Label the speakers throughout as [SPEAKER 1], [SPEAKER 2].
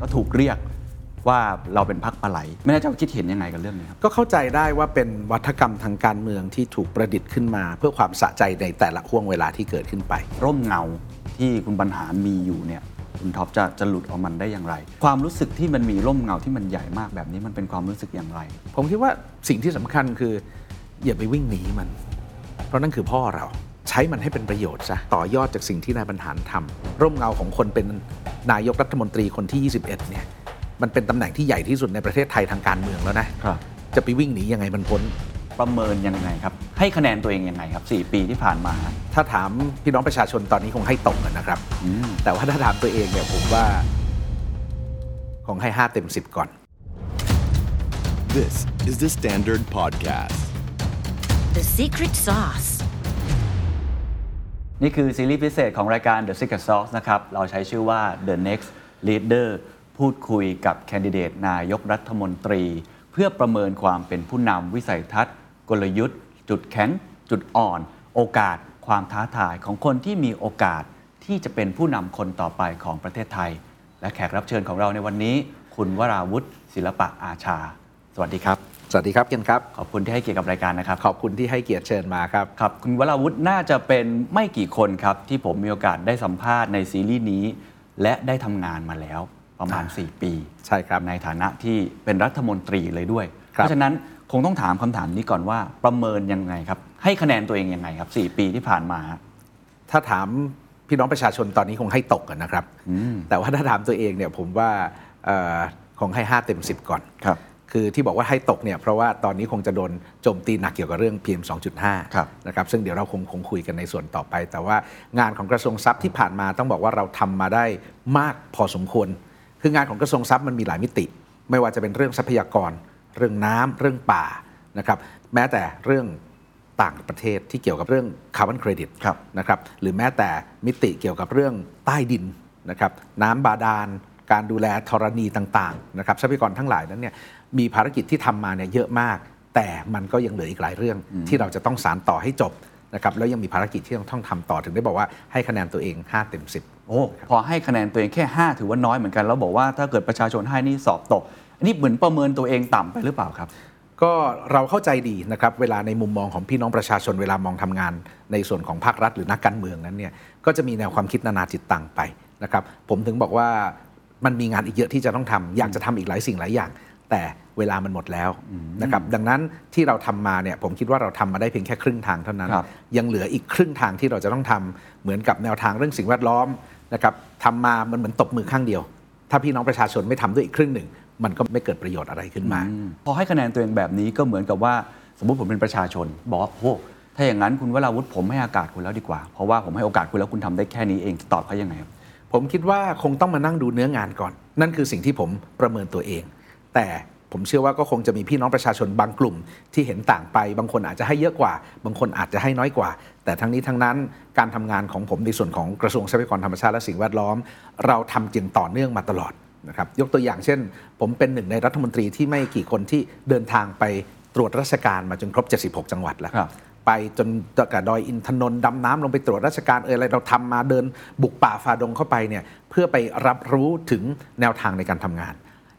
[SPEAKER 1] ก็ถูกเรียกว่าเราเป็นพักปลาไหล ไม่แน่ใจว่าคิดเห็นยังไงกับเรื่องนี้ครับ
[SPEAKER 2] ก็เข้าใจได้ว่าเป็นวัฒกรรมทางการเมืองที่ถูกประดิษฐ์ขึ้นมา เพื่อความสะใจในแต่ละห่วงเวลาที่เกิดขึ้นไป
[SPEAKER 1] ร่มเงาที่คุณบรรหารมีอยู่เนี่ยคุณท็อปจะจะหลุดออกมันได้อย่างไร ความรู้สึกที่มันมีร่มเงาที่มันใหญ่มากแบบนี้มันเป็นความรู้สึกอย่างไร
[SPEAKER 2] ผมคิดว่าสิ่งที่สำคัญคือ อย่าไปวิ่งหนีมัน เพราะนั่นคือพ่อเราใช้มันให้เป็นประโยชน์ซะต่อยอดจากสิ่งที่นายบรรหารทำร่มเงาของคนเป็นนายกรัฐมนตรีคนที่ 21 เนี่ยมันเป็นตำแหน่งที่ใหญ่ที่สุดในประเทศไทยทางการเมืองแล้วนะครับ จะไปวิ่งหนียังไงมันพ้น
[SPEAKER 1] ประเมินยังไงครับ ให้คะแนนตัวเองยังไงครับ 4 ปีที่ผ่านมาฮะ
[SPEAKER 2] ถ้าถามพี่น้องประชาชนตอนนี้คงให้ตกกันนะครับ
[SPEAKER 1] อืม
[SPEAKER 2] แต่ว่าถ้าถามตัวเองเนี่ยผมว่าคงให้ 5 เต็ม 10 ก่อน
[SPEAKER 3] This is the Standard Podcast.
[SPEAKER 4] The secret sauce.
[SPEAKER 1] นี่คือซีรีส์พิเศษของรายการ The Secret Sauce นะครับ เราใช้ชื่อว่า The Next Leader พูดคุยกับแคนดิเดตนายกรัฐมนตรี เพื่อประเมินความเป็นผู้นำวิสัยทัศน์ กลยุทธ์ จุดแข็ง จุดอ่อน โอกาส ความท้าทายของคนที่มีโอกาส ที่จะเป็นผู้นำคนต่อไปของประเทศไทย และแขกรับเชิญของเราในวันนี้ คุณวราวุฒิศิลปะอาชา สวัสดีครับ
[SPEAKER 2] สวัสดีครับเคนครับ
[SPEAKER 1] ขอบคุณที่ให้เกียรติกับรายการนะครับ
[SPEAKER 2] ขอบคุณที่ให้เกียรติเชิญมาครับ
[SPEAKER 1] ครับ คุณวราวุฒิน่าจะเป็นไม่กี่คนครับ ที่ผมมีโอกาสได้สัมภาษณ์ในซีรีส์นี้ และได้ทำงานมาแล้วประมาณ
[SPEAKER 2] อ่า
[SPEAKER 1] 4 ปี
[SPEAKER 2] ใช่ครับ
[SPEAKER 1] ในฐานะที่เป็นรัฐมนตรีเลยด้วย
[SPEAKER 2] ครั
[SPEAKER 1] เพ
[SPEAKER 2] บ
[SPEAKER 1] ราะฉะนั้นคงต้องถามคำถามนี้ก่อนว่าประเมินยังไงครับ ให้คะแนนตัวเองยังไงครับ 4 ปีที่ผ่านมา
[SPEAKER 2] ถ้าถามพี่น้องประชาชนตอนนี้คงให้ตกกันนะครับ แต่ว่าถ้าถามตัวเองเนี่ยผมว่าเอ่อคงให้ 5 เต็ม 10 ก่อน
[SPEAKER 1] ครับ
[SPEAKER 2] คือที่บอกว่าให้ตกเนี่ยเพราะว่าตอนนี้คงจะโดนโจมตีหนักเกี่ยวกับเรื่อง PM
[SPEAKER 1] ครับ
[SPEAKER 2] 2.5นะครับซึ่งเดี๋ยวเราคงคงคุยกันในส่วนต่อไป แต่ว่างานของกระทรวงทรัพย์ที่ผ่านมาต้องบอกว่าเราทำมาได้มากพอสมควร คืองานของกระทรวงทรัพย์มันมีหลายมิติ ไม่ว่าจะเป็นเรื่องทรัพยากร เรื่องน้ำเรื่องป่านะครับแม้แต่เรื่องต่างประเทศที่เกี่ยวกับเรื่องคาร์บอนเครดิต
[SPEAKER 1] ครับ
[SPEAKER 2] นะครับหรือแม้แต่มิติเกี่ยวกับเรื่องใต้ดินนะครับน้ำบาดาล การดูแลธรณีต่างๆนะครับทรัพยากรทั้งหลายนั้นเนี่ยมีภารกิจที่ทำมาเนี่ยเยอะมาก แต่มันก็ยังเหลืออีกหลายเรื่องที่เราจะต้องสารต่อให้จบนะครับแล้วยังมีภารกิจที่ต้องทำต่อถึงได้บอกว่าให้คะแนนตัวเอง 5 เต็ม 10
[SPEAKER 1] โอ้พอให้คะแนนตัวเองแค่ 5 ถือว่าน้อยเหมือนกันแล้วบอกว่าถ้าเกิดประชาชนให้นี่สอบตกอันนี้เหมือนประเมินตัวเองต่ำไปหรือเปล่าครับ
[SPEAKER 2] ก็เราเข้าใจดีนะครับเวลาในมุมมองของพี่น้องประชาชนเวลามองทำงาน ในส่วนของภาครัฐหรือนักการเมืองนั้นเนี่ยก็จะมีแนวความคิดนานาจิตตังไปนะครับผมถึงบอกว่ามันมีงานอีกเยอะที่จะต้องทำอยากจะทำอีกหลายสิ่งหลายอย่าง แต่เวลามันหมดแล้วนะครับดังนั้นที่เราทำมาเนี่ยผมคิดว่าเราทำมาได้เพียงแค่ครึ่งทางเท่านั้น
[SPEAKER 1] ครับ
[SPEAKER 2] ยังเหลืออีกครึ่งทางที่เราจะต้องทำเหมือนกับแนวทางเรื่องสิ่งแวดล้อมนะครับทำมามันเหมือนตบมือข้างเดียว ถ้าพี่น้องประชาชนไม่ทำด้วยอีกครึ่งหนึ่ง มันก็ไม่เกิดประโยชน์อะไรขึ้นมา
[SPEAKER 1] อืมพอให้คะแนนตัวเองแบบนี้ก็เหมือนกับว่าสมมุติผมเป็นประชาชน บอกว่าโอ้ถ้าอย่างนั้นคุณวราวุฒิผมให้อากาศคุณแล้วดีกว่า เพราะว่าผมให้โอกาสคุณแล้วคุณทำได้แค่นี้เองจะตอบเขายังไงครับ
[SPEAKER 2] ผมคิดว่าคงต้องมานั่งดูเนื้องานก่อน นั่นคือสิ่งที่ผมประเมินตัวเอง แต่ผมเชื่อว่าก็คงจะมีพี่น้องประชาชนบางกลุ่ม ที่เห็นต่างไป บางคนอาจจะให้เยอะกว่า บางคนอาจจะให้น้อยกว่า แต่ทั้งนี้ทั้งนั้นการทำงานของผมในส่วนของกระทรวงทรัพยากรธรรมชาติและสิ่งแวดล้อม เราทำจริงต่อเนื่องมาตลอดนะครับยกตัวอย่างเช่น ผมเป็นหนึ่งในรัฐมนตรีที่ไม่กี่คนที่เดินทางไปตรวจราชการมาจนครบ 76 จังหวัดแล้ว
[SPEAKER 1] ครับ
[SPEAKER 2] ไปจนตะกะดอยอินทนนท์ดำน้ำลงไปตรวจราชการเอออะไรเราทำมาเดินบุกป่าฝ่าดงเข้าไปเนี่ยเพื่อไปรับรู้ถึงแนวทางในการทำงาน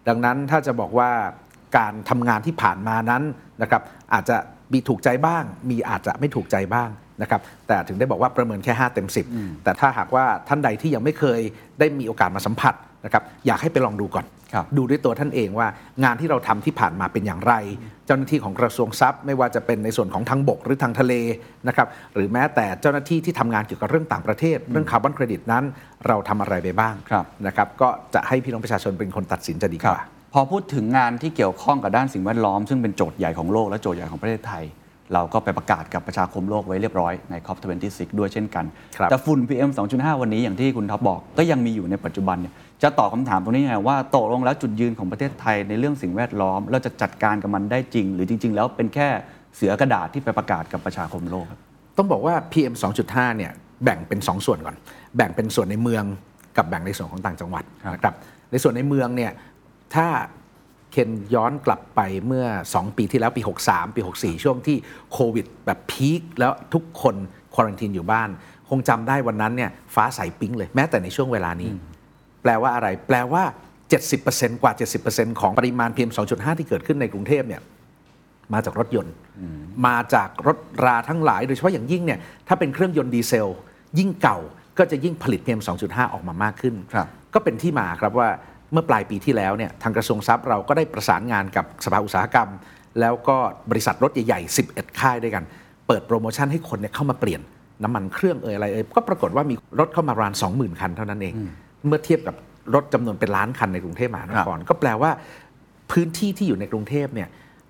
[SPEAKER 2] ดังนั้นถ้าจะบอกว่าการทำงานที่ผ่านมานั้นนะครับอาจจะมีถูกใจบ้าง มีอาจจะไม่ถูกใจบ้างนะครับแต่ถึงได้บอกว่าประเมินแค่ 5 เต็ม 10 แต่ถ้าหากว่าท่านใดที่ยังไม่เคยได้มีโอกาสมาสัมผัสนะครับอยากให้ไปลองดูก่อน
[SPEAKER 1] ครับ
[SPEAKER 2] ดูด้วยตัวท่านเองว่างานที่เราทำที่ผ่านมาเป็นอย่างไร เจ้าหน้าที่ของกระทรวงทรัพย์ ไม่ว่าจะเป็นในส่วนของทางบกหรือทางทะเลนะครับหรือแม้แต่เจ้าหน้าที่ที่ทำงานเกี่ยวกับเรื่องต่างประเทศ เรื่องคาร์บอนเครดิตนั้น เราทำอะไรไปบ้าง
[SPEAKER 1] ครับ
[SPEAKER 2] นะครับก็จะให้พี่น้องประชาชนเป็นคนตัดสินจะดีกว่า
[SPEAKER 1] พอพูดถึงงานที่เกี่ยวข้องกับด้านสิ่งแวดล้อม ซึ่งเป็นโจทย์ใหญ่ของโลกและโจทย์ใหญ่ของประเทศไทย เราก็ไปประกาศกับประชาคมโลกไว้เรียบร้อยใน COP26 ด้วยเช่นกัน
[SPEAKER 2] ครับ
[SPEAKER 1] แต่ฝุ่น PM 2.5 วันนี้อย่างที่คุณท็อปบอกก็ยังมีอยู่ในปัจจุบันเนี่ยจะตอบคำถามตรงนี้ยังไงว่าตกลงแล้วจุดยืนของประเทศไทยในเรื่องสิ่งแวดล้อม เราจะจัดการกับมันได้จริง หรือจริง ๆ แล้วเป็นแค่เสือกระดาษที่ไปประกาศกับประชาคมโลกครับ
[SPEAKER 2] ต้องบอกว่า PM 2.5 เนี่ยแบ่งเป็น 2 ส่วนก่อน แบ่งเป็นส่วนในเมืองกับแบ่งในส่วนของต่างจังหวัดนะครับ ในส่วนในเมืองเนี่ยถ้าเคนย้อนกลับไปเมื่อ 2 ปีที่แล้วปี 63 ปี 64 ช่วงที่โควิดแบบพีคแล้วทุกคนควอรันทีนอยู่บ้าน คงจำได้วันนั้นเนี่ยฟ้าใสปิ๊งเลยแม้แต่ในช่วงเวลานี้ แปลว่าอะไร แปลว่า จ 70%กว่า 70%ของปริมาณ PM 2.5 ที่เกิดขึ้นในกรุงเทพเนี่ยมาจากรถยนต์ มาจากรถราทั้งหลาย โดยเฉพาะอย่างยิ่งเนี่ยถ้าเป็นเครื่องยนต์ดีเซล ยิ่งเก่าก็จะยิ่งผลิต PM 2.5 ออกมามากขึ้น
[SPEAKER 1] ครับ
[SPEAKER 2] ก็เป็นที่มาครับว่าเมื่อปลายปีที่แล้วเนี่ยทางกระทรวงทรัพย์เราก็ได้ประสานงานกับสภาอุตสาหกรรม แล้วก็บริษัทรถใหญ่ๆ 11 ค่ายด้วยกัน เปิดโปรโมชั่นให้คนเนี่ยเข้ามาเปลี่ยนน้ำมันเครื่องเอ่ยอะไรเอ่ยก็ปรากฏว่ามีรถเข้ามาราน 20,000 คันเท่านั้นเอง เมื่อเทียบกับรถจำนวนเป็นล้านคันในกรุงเทพมหานคร ก็แปลว่า พื้นที่ที่อยู่ในกรุงเทพเนี่ย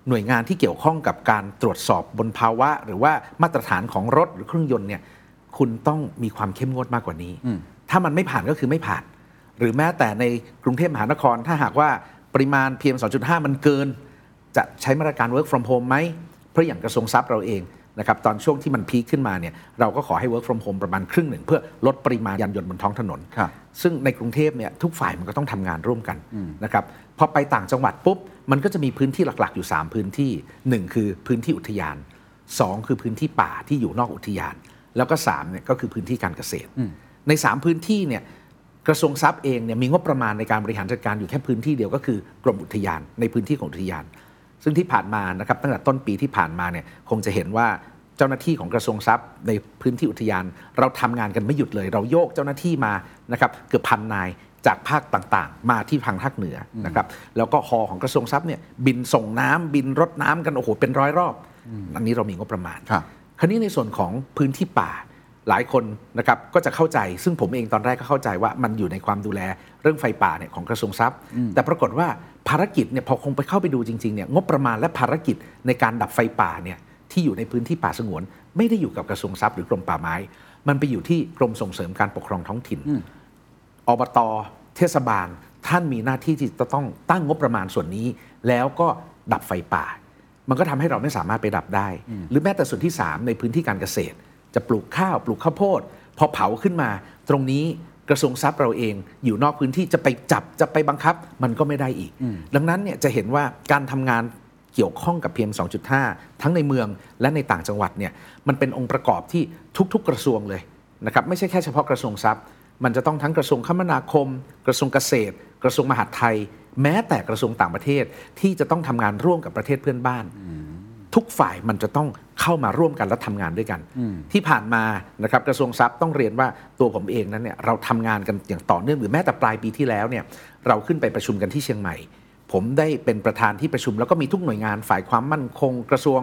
[SPEAKER 2] หน่วยงานที่เกี่ยวข้องกับการตรวจสอบบนภาวะ หรือว่ามาตรฐานของรถหรือเครื่องยนต์เนี่ยคุณต้องมีความเข้มงวดมากกว่านี้ ถ้ามันไม่ผ่านก็คือไม่ผ่าน หรือแม้แต่ในกรุงเทพมหานครถ้าหากว่าปริมาณ PM 2.5 มันเกิน จะใช้มาตรการ work from home ไหม เพราะอย่างกระทรวงทรัพย์เราเองนะครับตอนช่วงที่มันพีคขึ้นมาเนี่ยเราก็ขอให้ work from home ประมาณครึ่งหนึ่ง เพื่อลดปริมาณยานยนต์บนท้องถนน
[SPEAKER 1] ครับ
[SPEAKER 2] ซึ่งในกรุงเทพเนี่ยทุกฝ่ายมันก็ต้องทำงานร่วมกันนะครับพอไปต่างจังหวัดปุ๊บ มันก็จะมีพื้นที่หลักๆ อยู่ 3 พื้นที่ 1 คือพื้นที่อุทยาน 2 คือพื้นที่ป่าที่อยู่นอกอุทยาน แล้วก็3เนี่ยก็คือพื้นที่การเกษตร ใน 3 พื้นที่เนี่ยกระทรวงทรัพย์เองเนี่ยมีงบประมาณในการบริหารจัดการอยู่แค่พื้นที่เดียวก็คือกรมอุทยานในพื้นที่ของอุทยาน ซึ่งที่ผ่านมานะครับตั้งแต่ต้นปีที่ผ่านมาเนี่ยคงจะเห็นว่าเจ้าหน้าที่ของกระทรวงทรัพย์ในพื้นที่อุทยาน เราทำงานกันไม่หยุดเลย เราโยกเจ้าหน้าที่มานะครับเกือบพันนายจากภาคต่างๆ มาที่ทางภาคเหนือนะครับแล้วก็ฮอของกระทรวงทรัพย์เนี่ยบินส่งน้ำบินรถน้ำกันโอ้โหเป็นร้อยรอบ อันนี้เรามีงบประมาณ
[SPEAKER 1] ครับ
[SPEAKER 2] คราวนี้ในส่วนของพื้นที่ป่าหลายคนนะครับก็จะเข้าใจซึ่งผมเองตอนแรกก็เข้าใจว่ามันอยู่ในความดูแลเรื่องไฟป่าเนี่ยของกระทรวงทรัพย์ แต่ปรากฏว่าภารกิจเนี่ยพอคงไปเข้าไปดูจริงๆเนี่ยงบประมาณและภารกิจในการดับไฟป่าเนี่ยที่อยู่ในพื้นที่ป่าสงวน ไม่ได้อยู่กับกระทรวงทรัพย์หรือกรมป่าไม้ มันไปอยู่ที่กรมส่งเสริมการปกครองท้องถิ่น อบต เทศบาล ท่านมีหน้าที่ที่จะต้องตั้งงบประมาณส่วนนี้ แล้วก็ดับไฟป่า มันก็ทำให้เราไม่สามารถไปดับได้ หรือแม้แต่ส่วนที่ 3 ในพื้นที่การเกษตร จะปลูกข้าว ปลูกข้าวโพด พอเผาขึ้นมา ตรงนี้กระทรวงทรัพย์เราเองอยู่นอกพื้นที่จะไปจับจะไปบังคับ มันก็ไม่ได้อีก ดังนั้นเนี่ยจะเห็นว่าการทำงาน เกี่ยวข้องกับ PM 2.5 ทั้งในเมืองและในต่างจังหวัดเนี่ยมันเป็นองค์ประกอบที่ทุกๆกระทรวงเลยนะครับไม่ใช่แค่เฉพาะกระทรวงทรัพย์ มันจะต้องทั้งกระทรวงคมนาคม กระทรวงเกษตร กระทรวงมหาดไทย แม้แต่กระทรวงต่างประเทศที่จะต้องทำงานร่วมกับประเทศเพื่อนบ้าน ทุกฝ่ายมันจะต้องเข้ามาร่วมกันและทำงานด้วยกัน ที่ผ่านมานะครับกระทรวงทรัพย์ต้องเรียนว่าตัวผมเองนั้นเนี่ยเราทำงานกันอย่างต่อเนื่องหรือแม้แต่ปลายปีที่แล้วเนี่ยเราขึ้นไปประชุมกันที่เชียงใหม่ ผมได้เป็นประธานที่ประชุม แล้วก็มีทุกหน่วยงานฝ่ายความมั่นคงกระทรวง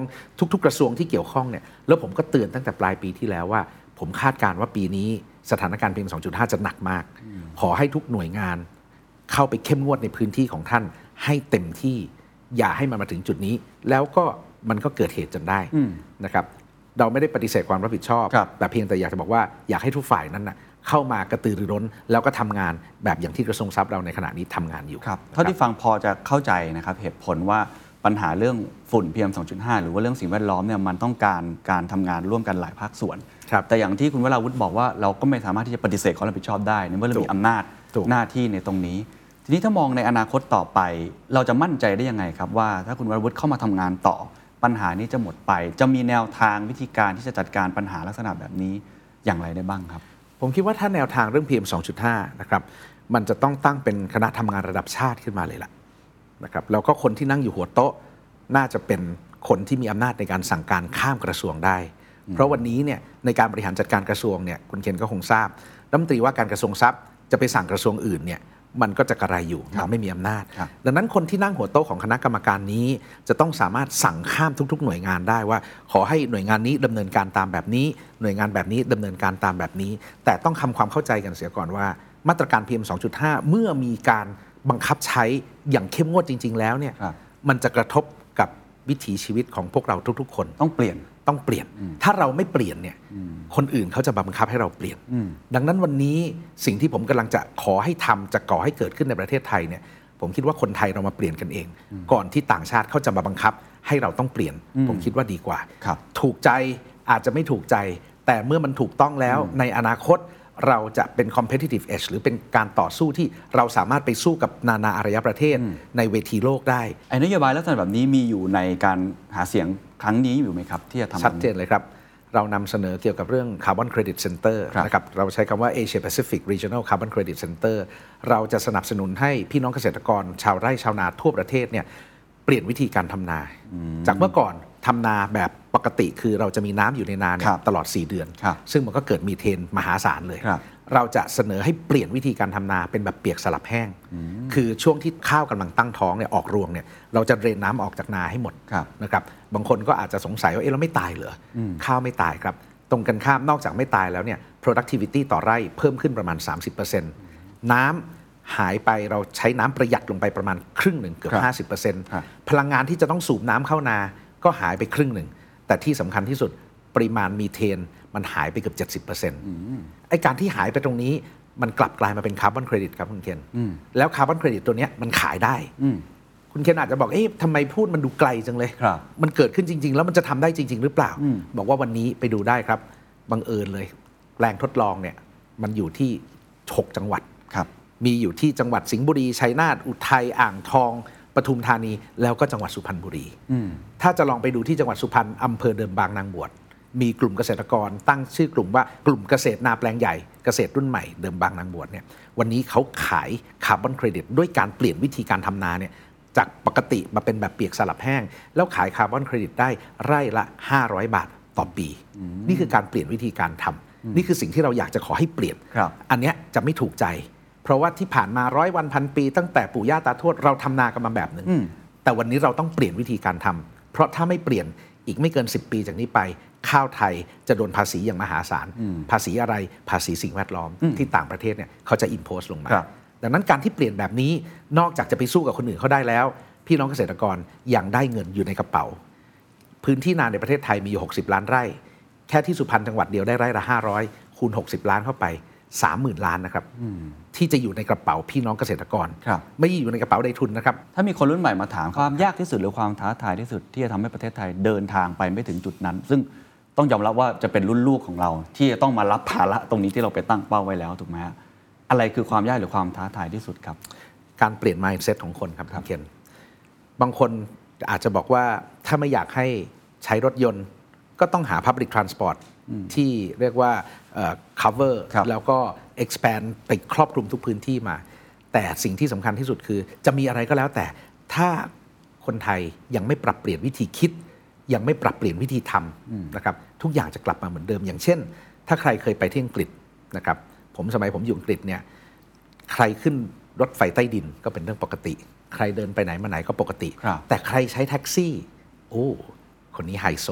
[SPEAKER 2] ทุก ๆ กระทรวงที่เกี่ยวข้องเนี่ยแล้วผมก็เตือนตั้งแต่ปลายปีที่แล้วว่า ผมคาดการณ์ว่าปีนี้สถานการณ์เพียง 2.5 จะหนักมาก ขอให้ทุกหน่วยงาน เข้าไปเข้มงวดในพื้นที่ของท่านให้เต็มที่อย่าให้มันมาถึงจุดนี้ แล้วก็มันก็เกิดเหตุจนได้นะครับเราไม่ได้ปฏิเสธความรับผิดชอบ
[SPEAKER 1] ครับ
[SPEAKER 2] แต่เพียงแต่อยากจะบอกว่าอยากให้ทุกฝ่ายนั้นนะเข้ามากระตือรือร้น แล้วก็ทำงานแบบอย่างที่กระทรวงทรัพย์เราในขณะนี้ทำงานอยู่
[SPEAKER 1] ครับ
[SPEAKER 2] นะ
[SPEAKER 1] เท่าที่ฟังพอจะเข้าใจนะครับเหตุผลว่าปัญหาเรื่องฝุ่น PM 2.5 หรือว่าเรื่องสิ่งแวดล้อมเนี่ยมันต้องการการทำงานร่วมกันหลายภาคส่วน
[SPEAKER 2] ครับ
[SPEAKER 1] แต่อย่างที่คุณวราวุฒิบอกว่าเราก็ไม่สามารถที่จะปฏิเสธความรับผิดชอบได้ในเมื่อเรา
[SPEAKER 2] ถู
[SPEAKER 1] มี
[SPEAKER 2] ก
[SPEAKER 1] อำนาจ
[SPEAKER 2] ถูก
[SPEAKER 1] หน้าที่ในตรงนี้ ทีนี้ถ้ามองในอนาคตต่อไป เราจะมั่นใจได้ยังไงครับว่า ถ้าคุณวรวุฒิเข้ามาทำงานต่อ ปัญหานี้จะหมดไป จะมีแนวทางวิธีการที่จะจัดการปัญหาลักษณะแบบนี้อย่างไรได้บ้างครับ
[SPEAKER 2] ผมคิดว่าถ้าแนวทางเรื่อง PM 2.5 นะครับ มันจะต้องตั้งเป็นคณะทำงานระดับชาติขึ้นมาเลยล่ะนะครับแล้วก็คนที่นั่งอยู่หัวโต๊ะ น่าจะเป็นคนที่มีอำนาจในการสั่งการข้ามกระทรวงได้ เพราะวันนี้เนี่ยในการบริหารจัดการกระทรวงเนี่ยคุณเคนก็คงทราบรัฐมนตรีว่าการกระทรวงทรัพย์จะไปสั่งกระทรวงอื่นเนี่ยมันก็จะกระไรอยู่มันไม่มีอำนาจ
[SPEAKER 1] ครับ
[SPEAKER 2] ดังนั้นคนที่นั่งหัวโต๊ะของคณะกรรมการนี้ จะต้องสามารถสั่งข้ามทุก ๆ หน่วยงานได้ว่า ขอให้หน่วยงานนี้ดำเนินการตามแบบนี้ หน่วยงานแบบนี้ดำเนินการตามแบบนี้ แต่ต้องทำความเข้าใจกันเสียก่อนว่า มาตรการ PM 2.5 เมื่อมีการบังคับใช้อย่างเข้มงวดจริง ๆ แล้วเนี่ย
[SPEAKER 1] ครับ
[SPEAKER 2] มันจะกระทบกับวิถีชีวิตของพวกเราทุก ๆ คน
[SPEAKER 1] ต้องเปลี่ยน
[SPEAKER 2] ต้องเปลี่ยน ถ้าเราไม่เปลี่ยนเนี่ย คนอื่นเขาจะบังคับให้เราเปลี่ยน ดังนั้นวันนี้สิ่งที่ผมกำลังจะขอให้ทำจะก่อให้เกิดขึ้นในประเทศไทยเนี่ย ผมคิดว่าคนไทยเรามาเปลี่ยนกันเอง ก่อนที่ต่างชาติเขาจะมาบังคับ ให้เราต้องเปลี่ยน ผมคิดว่าดีกว่า
[SPEAKER 1] ครับ
[SPEAKER 2] ถูกใจอาจจะไม่ถูกใจ แต่เมื่อมันถูกต้องแล้วในอนาคตเราจะเป็น competitive edge หรือเป็นการต่อสู้ที่เราสามารถไปสู้กับนานาอารยประเทศในเวทีโลกได้
[SPEAKER 1] ไอ้นโยบายลักษณะแบบนี้มีอยู่ในการหาเสียงครั้งนี้อยู่ไหมครับ ที่จะทำ
[SPEAKER 2] ชัดเจนเลยครับ เรานำเสนอเกี่ยวกับเรื่อง Carbon Credit Center
[SPEAKER 1] ครับ
[SPEAKER 2] นะครับเราใช้คำว่า Asia Pacific Regional Carbon Credit Center เราจะสนับสนุนให้พี่น้องเกษตรกร ชาวไร่ชาวนาทั่วประเทศเนี่ยเปลี่ยนวิธีการทำนา จากเมื่อก่อนทำนาแบบปกติคือเราจะมีน้ำอยู่ในนาเนี่
[SPEAKER 1] ครั
[SPEAKER 2] ย
[SPEAKER 1] บ
[SPEAKER 2] ตลอด 4 เดือน
[SPEAKER 1] ครับ
[SPEAKER 2] ซึ่งมันก็เกิดมีเทนมหาศาลเลย
[SPEAKER 1] ครับ
[SPEAKER 2] เราจะเสนอให้เปลี่ยนวิธีการทำนาเป็นแบบเปียกสลับแห้ง คือช่วงที่ข้าวกำลังตั้งท้องเนี่ยออกรวงเนี่ยเราจะเดรนน้ำออกจากนาให้หมด
[SPEAKER 1] ครับ
[SPEAKER 2] นะครับบางคนก็อาจจะสงสัยว่าเออเราไม่ตายเหรออข้าวไม่ตายครับ ตรงกันข้ามนอกจากไม่ตายแล้วเนี่ย productivity ต่อไร่เพิ่มขึ้นประมาณ 30%น้ำหายไปเราใช้น้ำประหยัดลงไปประมาณครึ่งหนึ่งเกือบ
[SPEAKER 1] ครับ
[SPEAKER 2] ห้าสิบ
[SPEAKER 1] ครับ
[SPEAKER 2] 50%พลังงานที่จะต้องสูบน้ำเข้านาก็หายไปครึ่งหนึ่ง แต่ที่สำคัญที่สุดปริมาณมีเทนมันหายไปเกือบ 70%ไอการที่หายไปตรงนี้มันกลับกลายมาเป็นคาร์บอนเครดิตครับคุณเคนแล้วคาร์บอนเครดิตตัวเนี้ยมันขายได้
[SPEAKER 1] อืม
[SPEAKER 2] คุณเคนอาจจะบอก เอ๊ะทำไมพูดมันดูไกลจังเลย
[SPEAKER 1] ครับ
[SPEAKER 2] มันเกิดขึ้นจริง ๆ แล้วมันจะทำได้จริง ๆ หรือเปล่า
[SPEAKER 1] อืม
[SPEAKER 2] บอกว่าวันนี้ไปดูได้ครับ บังเอิญเลย แปลงทดลองเนี่ย มันอยู่ที่ 6 จังหวัด
[SPEAKER 1] ครับ
[SPEAKER 2] มีอยู่ที่จังหวัดสิงห์บุรี ชัยนาท อุทัย อ่างทอง ปทุมธานี แล้วก็จังหวัดสุพรรณบุรี
[SPEAKER 1] อืม
[SPEAKER 2] ถ้าจะลองไปดูที่จังหวัดสุพรรณอำเภอเดิมบางนางบวช มีกลุ่มเกษตรกรตั้งชื่อกลุ่มว่ากลุ่มเกษตรนาแปลงใหญ่ เกษตรรุ่นใหม่เดิมบางนางบวชเนี่ย วันนี้เขาขายคาร์บอนเครดิตด้วยการเปลี่ยนวิธีการทำนาเนี่ยจากปกติมาเป็นแบบเปียกสลับแห้ง แล้วขายคาร์บอนเครดิตได้ไร่ละ 500 บาทต่อปี นี่คือการเปลี่ยนวิธีการทำนี่คือสิ่งที่เราอยากจะขอให้เปลี่ยน
[SPEAKER 1] ครับ
[SPEAKER 2] อันเนี้ยจะไม่ถูกใจ เพราะว่าที่ผ่านมาร้อยวันพันปี ตั้งแต่ปู่ย่าตาทวดเราทำนากันมาแบบหนึ่ง
[SPEAKER 1] อืม
[SPEAKER 2] แต่วันนี้เราต้องเปลี่ยนวิธีการทำเพราะถ้าไม่เปลี่ยนอีกไม่เกิน 10 ปีจากนี้ไป ข้าวไทยจะโดนภาษีอย่างมหาศาล ภาษีอะไรภาษีสิ่งแวดล้อมที่ต่างประเทศเนี่ยเขาจะอินโพสลงมา
[SPEAKER 1] ครับ
[SPEAKER 2] ดังนั้นการที่เปลี่ยนแบบนี้นอกจากจะไปสู้กับคนอื่นเขาได้แล้ว พี่น้องเกษตรกรยังได้เงินอยู่ในกระเป๋า พื้นที่นาในประเทศไทยมีอยู่ 60 ล้านไร่ แค่ที่สุพรรณจังหวัดเดียวได้ไร่ละ 500 คูณ 60 ล้านเข้าไป 30,000 ล้านนะครับ ที่จะอยู่ในกระเป๋าพี่น้องเกษตรกร
[SPEAKER 1] ครับ
[SPEAKER 2] ไม่ได้อยู่ในกระเป๋าใดทุนนะครับ
[SPEAKER 1] ถ้ามีคนรุ่นใหม่มาถามความยากที่สุดหรือความท้าทายที่สุดที่จะทำให้ประเทศไทยเดินทางไปไม่ถึงจุดนั้น ซึ่งต้องยอมรับว่าจะเป็นรุ่นลูกของเรา ที่จะต้องมารับภาระตรงนี้ที่เราไปตั้งเป้าไว้แล้วถูกไหมฮะอะไรคือความยากหรือความท้าทายที่สุดครับ
[SPEAKER 2] การเปลี่ยน mindset ของคนครับคุณเคนบางคนอาจจะบอกว่าถ้าไม่อยากให้ใช้รถยนต์ ก็ต้องหา public transport ที่เรียกว่าเอ่อ cover
[SPEAKER 1] ครับ
[SPEAKER 2] แล้วก็ expand ไปครอบคลุมทุกพื้นที่มา แต่สิ่งที่สำคัญที่สุดคือ จะมีอะไรก็แล้วแต่ถ้าคนไทยยังไม่ปรับเปลี่ยนวิธีคิด ยังไม่ปรับเปลี่ยนวิธีทำนะครับทุกอย่างจะกลับมาเหมือนเดิม อย่างเช่น ถ้าใครเคยไปที่อังกฤษนะครับผมสมัยผมอยู่อังกฤษเนี่ย ใครขึ้นรถไฟใต้ดินก็เป็นเรื่องปกติ ใครเดินไปไหนมาไหนก็ปกติ
[SPEAKER 1] ครับ
[SPEAKER 2] แต่ใครใช้แท็กซี่ โอ้ คนนี้ไฮโซ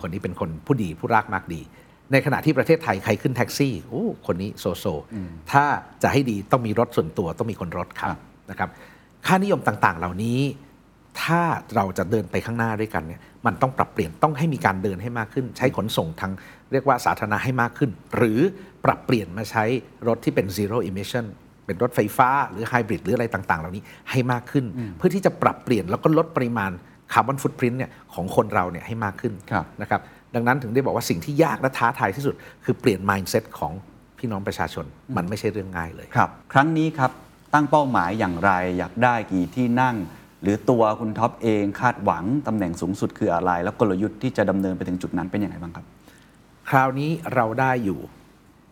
[SPEAKER 2] คนนี้เป็นคนผู้ดีผู้รักมากดี ในขณะที่ประเทศไทยใครขึ้นแท็กซี่ โอ้ คนนี้โซโซ ถ้าจะให้ดีต้องมีรถส่วนตัวต้องมีคนรถขั
[SPEAKER 1] ครับ บ
[SPEAKER 2] นะครับ ค่านิยมต่างๆ เหล่านี้ ถ้าเราจะเดินไปข้างหน้าด้วยกันเนี่ยมันต้องปรับเปลี่ยนต้องให้มีการเดินให้มากขึ้น ใช้ขนส่งทางเรียกว่าสาธารณะให้มากขึ้น หรือปรับเปลี่ยนมาใช้รถที่เป็น zero emission เป็นรถไฟฟ้าหรือไฮบริดหรืออะไรต่าง ๆ เหล่านี้ให้มากขึ้น เพื่อที่จะปรับเปลี่ยนแล้วก็ลดปริมาณคาร์บอนฟุตพิ้นเนี่ยของคนเราเนี่ยให้มากขึ้น
[SPEAKER 1] ครับ
[SPEAKER 2] นะครับดังนั้นถึงได้บอกว่าสิ่งที่ยากและท้าทายที่สุด คือเปลี่ยน mindset ของพี่น้องประชาชน มันไม่ใช่เรื่องง่ายเลย
[SPEAKER 1] ครับครั้งนี้ครับตั้งเป้าหมายอย่างไรอยากได้กี่ที่นั่ง หรือตัวคุณท็อปเองคาดหวังตำแหน่งสูงสุดคืออะไร แล้วกลยุทธ์ที่จะดำเนินไปถึงจุดนั้นเป็นยังไงบ้างครับ
[SPEAKER 2] คราวนี้เราได้อยู่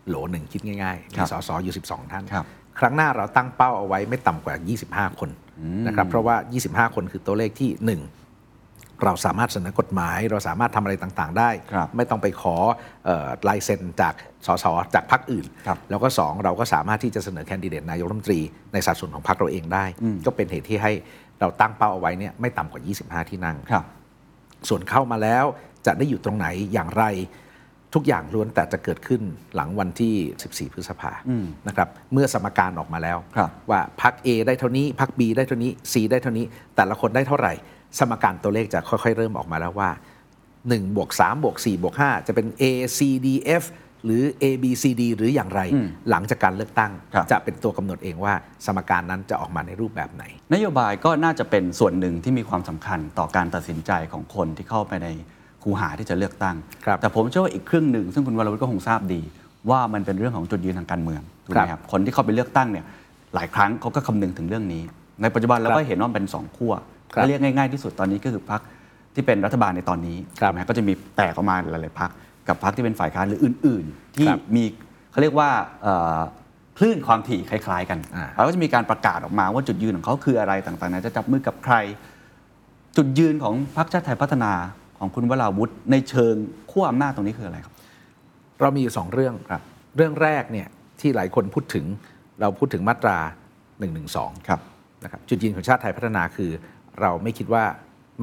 [SPEAKER 2] โหลหนึ่งคิดง่ายๆ
[SPEAKER 1] ครั
[SPEAKER 2] มี
[SPEAKER 1] บ
[SPEAKER 2] สสอยู่ 12 ท่าน
[SPEAKER 1] ครับ
[SPEAKER 2] ครั้งหน้าเราตั้งเป้าเอาไว้ไม่ต่ำกว่า 25 คนนะครับเพราะว่า 25 คนคือตัวเลขที่ 1 เราสามารถเสนอกฎหมาย เราสามารถทำอะไรต่างๆ ได้
[SPEAKER 1] ครับ
[SPEAKER 2] ไม่ต้องไปขอเอ่อลายเซ็นจากสสจากพรรคอื่น
[SPEAKER 1] ครับ
[SPEAKER 2] แล้วก็ 2 เราก็สามารถที่จะเสนอแคนดิเดตนายกรัฐมนตรีในสัดส่วนของพรรคเราเองได้
[SPEAKER 1] อืม
[SPEAKER 2] ก็เป็นเหตุที่ให้เราตั้งเป้าเอาไว้เนี่ยไม่ต่ำกว่า 25 ที่นั่ง
[SPEAKER 1] ครับ
[SPEAKER 2] ส่วนเข้ามาแล้วจะได้อยู่ตรงไหนอย่างไร ทุกอย่างล้วนแต่จะเกิดขึ้นหลังวันที่ 14 พฤษภา
[SPEAKER 1] อืม
[SPEAKER 2] นะครับเมื่อสมการออกมาแล้ว
[SPEAKER 1] ครับ
[SPEAKER 2] ว่าพัก A ได้เท่านี้พัก B ได้เท่านี้ C ได้เท่านี้ แต่ละคนได้เท่าไหร่ สมการตัวเลขจะค่อยๆ เริ่มออกมาแล้วว่า1บวก3บวก4บวก5จะเป็น A C D F หรือ A B C D หรืออย่างไร
[SPEAKER 1] อืม
[SPEAKER 2] หลังจากการเลือกตั้ง
[SPEAKER 1] ครับ
[SPEAKER 2] จะเป็นตัวกำหนดเองว่า สมการนั้นจะออกมาในรูปแบบไหน
[SPEAKER 1] นโยบายก็น่าจะเป็นส่วนหนึ่งที่มีความสำคัญต่อการตัดสินใจของคนที่เข้าไปในคูหาที่จะเลือกตั้ง
[SPEAKER 2] ครับ
[SPEAKER 1] แต่ผมเชื่อว่าอีกครึ่งหนึ่ง ซึ่งคุณวรวุฒิก็คงทราบดี ว่ามันเป็นเรื่องของจุดยืนทางการเมืองถูกไหม
[SPEAKER 2] ค
[SPEAKER 1] ครั
[SPEAKER 2] รับบ
[SPEAKER 1] คนที่เข้าไปเลือกตั้งเนี่ยหลายครั้งเขาก็คำนึงถึงเรื่องนี้ ในปัจจุบันเราก็
[SPEAKER 2] ครับ
[SPEAKER 1] เห็นว่ามันเป็นสองขั้ว
[SPEAKER 2] ครับ
[SPEAKER 1] และเรียกง่ายๆที่สุดตอนนี้ก็คือพรรคที่เป็นรัฐบาลในตอนนี้
[SPEAKER 2] ครับ
[SPEAKER 1] ถูกไหมก็จะมีแตกออกมาหลายๆพรรคกับ กับพรรคที่เป็นฝ่ายค้านหรืออื่น ๆ ที่
[SPEAKER 2] ครับ
[SPEAKER 1] มีเขาเรียกว่าเอ่อคลื่นความถี่คล้าย ๆ กัน
[SPEAKER 2] อ่า
[SPEAKER 1] แล้วก็จะมีการประกาศออกมาว่าจุดยืนของเขาคืออะไรต่างๆนะจะจับมือกับใคร จุดยืนของพรรคชาติไทยพัฒนาของคุณวราวุฒิในเชิงขั้วอำนาจตรงนี้คืออะไรครับ
[SPEAKER 2] เรามีอยู่สองเรื่อง
[SPEAKER 1] ครับ
[SPEAKER 2] เรื่องแรกเนี่ยที่หลายคนพูดถึงเราพูดถึงมาตรา1นึ
[SPEAKER 1] ครับ
[SPEAKER 2] นะครับจุดยืนของชาติไทยพัฒนาคือ เราไม่คิดว่า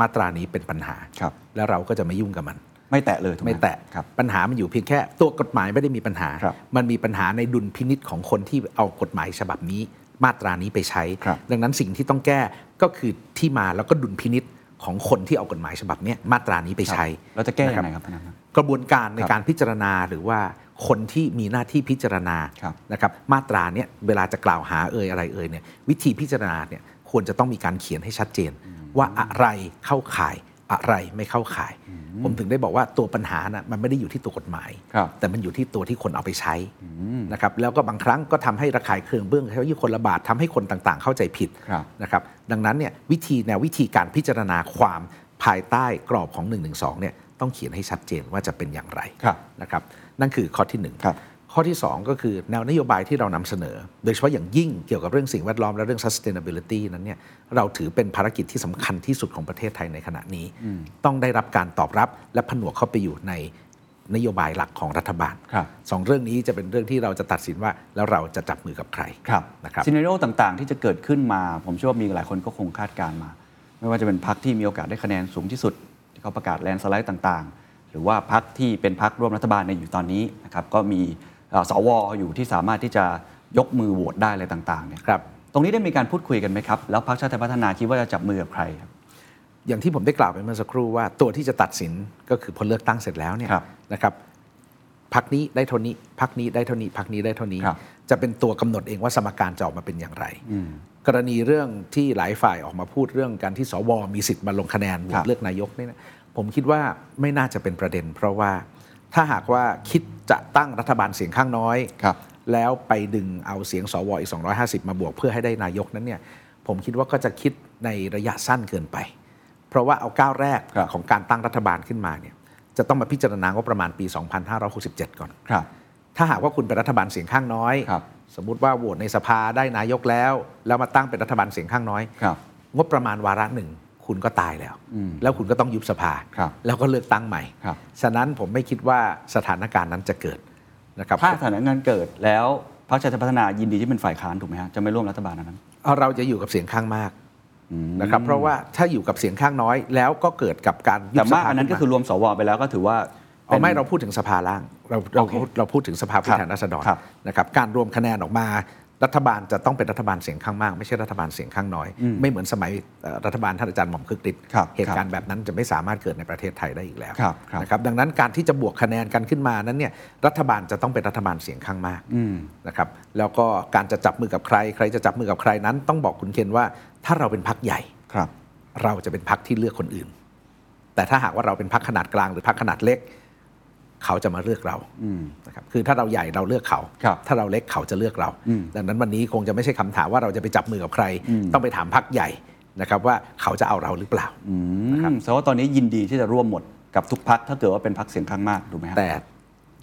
[SPEAKER 2] มาตรานี้เป็นปัญหา
[SPEAKER 1] ครับ
[SPEAKER 2] แล้วเราก็จะไม่ยุ่งกับมัน
[SPEAKER 1] ไม่แตะเลยถูกห
[SPEAKER 2] ไม่แตะ
[SPEAKER 1] ครับ
[SPEAKER 2] ปัญหามันอยู่เพียงแค่ตัวกฎหมายไม่ได้มีปัญหา
[SPEAKER 1] ครับ
[SPEAKER 2] มันมีปัญหาในดุลพินิษของคนที่เอากฎหมายฉบับนี้ มาตรานี้ไปใช้
[SPEAKER 1] ครับ
[SPEAKER 2] ดังนั้นสิ่งที่ต้องแก้ก็คือที่มาแล้วก็ดุลพินิษของคนที่เอากฎหมายฉบับเนี้ยมาตรานี้ไปใช้
[SPEAKER 1] ครับแล้วจะแก้ยังไง
[SPEAKER 2] น
[SPEAKER 1] ครับท่านครับ
[SPEAKER 2] กระบวนการใน
[SPEAKER 1] ครับ
[SPEAKER 2] การพิจารณาหรือว่าคนที่มีหน้าที่พิจารณา
[SPEAKER 1] ครับ
[SPEAKER 2] นะครับมาตราเนี้ยเวลาจะกล่าวหาเอ่ยอะไรเอ่ยเนี่ยวิธีพิจารณาเนี่ยควรจะต้องมีการเขียนให้ชัดเจน ว่าอะไรเข้าข่ายอะไรไม่เข้าข่าย ผมถึงได้บอกว่าตัวปัญหานะมันไม่ได้อยู่ที่ตัวกฎหมาย
[SPEAKER 1] ครับ
[SPEAKER 2] แต่มันอยู่ที่ตัวที่คนเอาไปใช้นะครับแล้วก็บางครั้งก็ทำให้ระคายเคืองเบื้องเขายี่คนละบาททำให้คนต่างๆ เข้าใจผิด
[SPEAKER 1] ครับ
[SPEAKER 2] นะครับดังนั้นเนี่ยวิธีแนววิธีการพิจารณาความภายใต้กรอบของ1นึเนี่ยต้องเขียนให้ชัดเจนว่าจะเป็นอย่างไร
[SPEAKER 1] ครับ
[SPEAKER 2] นะครับนั่นคือข้อที่หนึ่ง
[SPEAKER 1] ครับ
[SPEAKER 2] ข้อที่สองก็คือแนวนโยบายที่เรานำเสนอ โดยเฉพาะอย่างยิ่งเกี่ยวกับเรื่องสิ่งแวดล้อมและเรื่อง sustainability นั้นเนี่ยเราถือเป็นภารกิจที่สำคัญที่สุดของประเทศไทยในขณะนี้ ต้องได้รับการตอบรับและผนวกเข้าไปอยู่ในนโยบายหลักของรัฐบาล
[SPEAKER 1] ครับ
[SPEAKER 2] สองเรื่องนี้จะเป็นเรื่องที่เราจะตัดสินว่าแล้วเราจะจับมือกับใคร
[SPEAKER 1] ครับ
[SPEAKER 2] นะครับ
[SPEAKER 1] ซีน n ร r ต่างๆ ที่จะเกิดขึ้นมา ผมเชื่อว่ามีหลายคนก็คงคาดการณ์มา ไม่ว่าจะเป็นพักที่มีโอกาสได้คะแนนสูงที่สุด ที่เขาประกาศแลนสไลด์ต่างๆ หรือว่าพักที่เป็นพักร่วมรัฐบาลในอยู่ตอนนี้นะครับก็มีเอ่อสวอยู่ที่สามารถที่จะยกมือโหวตได้อะไรต่างๆเนี่ย
[SPEAKER 2] ครับ
[SPEAKER 1] ตรงนี้ได้มีการพูดคุยกันไหมครับแล้วพรรคชาติไทยพัฒนาคิดว่าจะจับมือกับใครครับ
[SPEAKER 2] อย่างที่ผมได้กล่าวไปเมื่อสักครู่ว่าตัวที่จะตัดสินก็คือพอเลือกตั้งเสร็จแล้วเนี่ย
[SPEAKER 1] ครับ
[SPEAKER 2] นะครับพักนี้ได้เท่านี้พักนี้ได้เท่านี้พักนี้ได้เท่านี้
[SPEAKER 1] ครับ
[SPEAKER 2] จะเป็นตัวกำหนดเองว่าสมการจะออกมาเป็นอย่างไร กรณีเรื่องที่หลายฝ่ายออกมาพูดเรื่องการที่สวมีสิทธิ์มาลงคะแนนโหว
[SPEAKER 1] ครั
[SPEAKER 2] ต
[SPEAKER 1] บ
[SPEAKER 2] เลือกนายกเนี่ยนะผมคิดว่าไม่น่าจะเป็นประเด็น เพราะว่าถ้าหากว่าคิดจะตั้งรัฐบาลเสียงข้างน้อย
[SPEAKER 1] ครับ
[SPEAKER 2] แล้วไปดึงเอาเสียงสวอีก 250 มาบวกเพื่อให้ได้นายกนั้นเนี่ยผมคิดว่าก็จะคิดในระยะสั้นเกินไป เพราะว่าเอาก้าวแรก
[SPEAKER 1] ครับ
[SPEAKER 2] ของการตั้งรัฐบาลขึ้นมาเนี่ยจะต้องมาพิจารณางบประมาณปี 2567 ก่อน
[SPEAKER 1] ครับ
[SPEAKER 2] ถ้าหากว่าคุณเป็นรัฐบาลเสียงข้างน้อย
[SPEAKER 1] ครับ
[SPEAKER 2] สมมติว่าโหวตในสภาได้นายกแล้ว แล้วมาตั้งเป็นรัฐบาลเสียงข้างน้อย
[SPEAKER 1] ครับ
[SPEAKER 2] งบประมาณวาระหนึ่งคุณก็ตายแล้ว
[SPEAKER 1] อืม
[SPEAKER 2] แล้วคุณก็ต้องยุบสภา
[SPEAKER 1] ครับ
[SPEAKER 2] แล้วก็เลือกตั้งใหม่
[SPEAKER 1] ครับ
[SPEAKER 2] ฉะนั้นผมไม่คิดว่าสถานการณ์นั้นจะเกิดนะครับ
[SPEAKER 1] ถ้าสถานการณ์เกิดแล้วพรรคชาติไทยพัฒนายินดีที่เป็นฝ่ายค้านถูกไหมฮะจะไม่ร่วมรัฐบาลอันนั้น
[SPEAKER 2] เอาเราจะอยู่กับเสียงข้างมาก
[SPEAKER 1] อืม
[SPEAKER 2] นะครับเพราะว่าถ้าอยู่กับเสียงข้างน้อย แล้วก็เกิดกับการยุ
[SPEAKER 1] แต่
[SPEAKER 2] บส
[SPEAKER 1] มาก
[SPEAKER 2] ภา
[SPEAKER 1] อันนั้นก็
[SPEAKER 2] ขึ้า
[SPEAKER 1] คือรวมสวไปแล้วก็ถือว่าป็
[SPEAKER 2] เอา
[SPEAKER 1] น
[SPEAKER 2] ไม่เราพูดถึงสภาล่างเราเรา
[SPEAKER 1] โอเค
[SPEAKER 2] พูดเราพูดถึงสภาผู้แทนราษฎร
[SPEAKER 1] ครับ
[SPEAKER 2] นะครับการรวมคะแนนออกมา รัฐบาลจะต้องเป็นรัฐบาลเสียงข้างมาก ไม่ใช่รัฐบาลเสียงข้างน้อย
[SPEAKER 1] อืม
[SPEAKER 2] ไม่เหมือนสมัยเอ่อรัฐบาลท่านอาจารย์หม่อมคึกฤทธิ์
[SPEAKER 1] ครับ
[SPEAKER 2] เหตุการณ์แบบนั้นจะไม่สามารถเกิดในประเทศไทยได้อีกแล้ว
[SPEAKER 1] ครับครับ
[SPEAKER 2] นะครับดังนั้นการที่จะบวกคะแนนกันขึ้นมานั้นเนี่ยรัฐบาลจะต้องเป็นรัฐบาลเสียงข้างมาก
[SPEAKER 1] อืม
[SPEAKER 2] นะครับแล้วก็การจะจับมือกับใคร ใครจะจับมือกับใครนั้น ต้องบอกคุณเคนว่า ถ้าเราเป็นพักใหญ่
[SPEAKER 1] ครับ
[SPEAKER 2] เราจะเป็นพักที่เลือกคนอื่น แต่ถ้าหากว่าเราเป็นพักขนาดกลางหรือพักขนาดเล็ก เขาจะมาเลือกเรา
[SPEAKER 1] อืม
[SPEAKER 2] นะครับคือถ้าเราใหญ่เราเลือกเขา
[SPEAKER 1] ครับ
[SPEAKER 2] ถ้าเราเล็กเขาจะเลือกเรา
[SPEAKER 1] อืม
[SPEAKER 2] ดังนั้นวันนี้คงจะไม่ใช่คำถามว่าเราจะไปจับมือกับใคร
[SPEAKER 1] อืม
[SPEAKER 2] ต้องไปถามพักใหญ่นะครับว่าเขาจะเอาเราหรือเปล่า
[SPEAKER 1] อื
[SPEAKER 2] นะครับ
[SPEAKER 1] มแสดงว่าตอนนี้ยินดีที่จะร่วมหมดกับทุกพักถ้าเกิดว่าเป็นพักเสียงข้างมากถูกไหมฮะ
[SPEAKER 2] แต่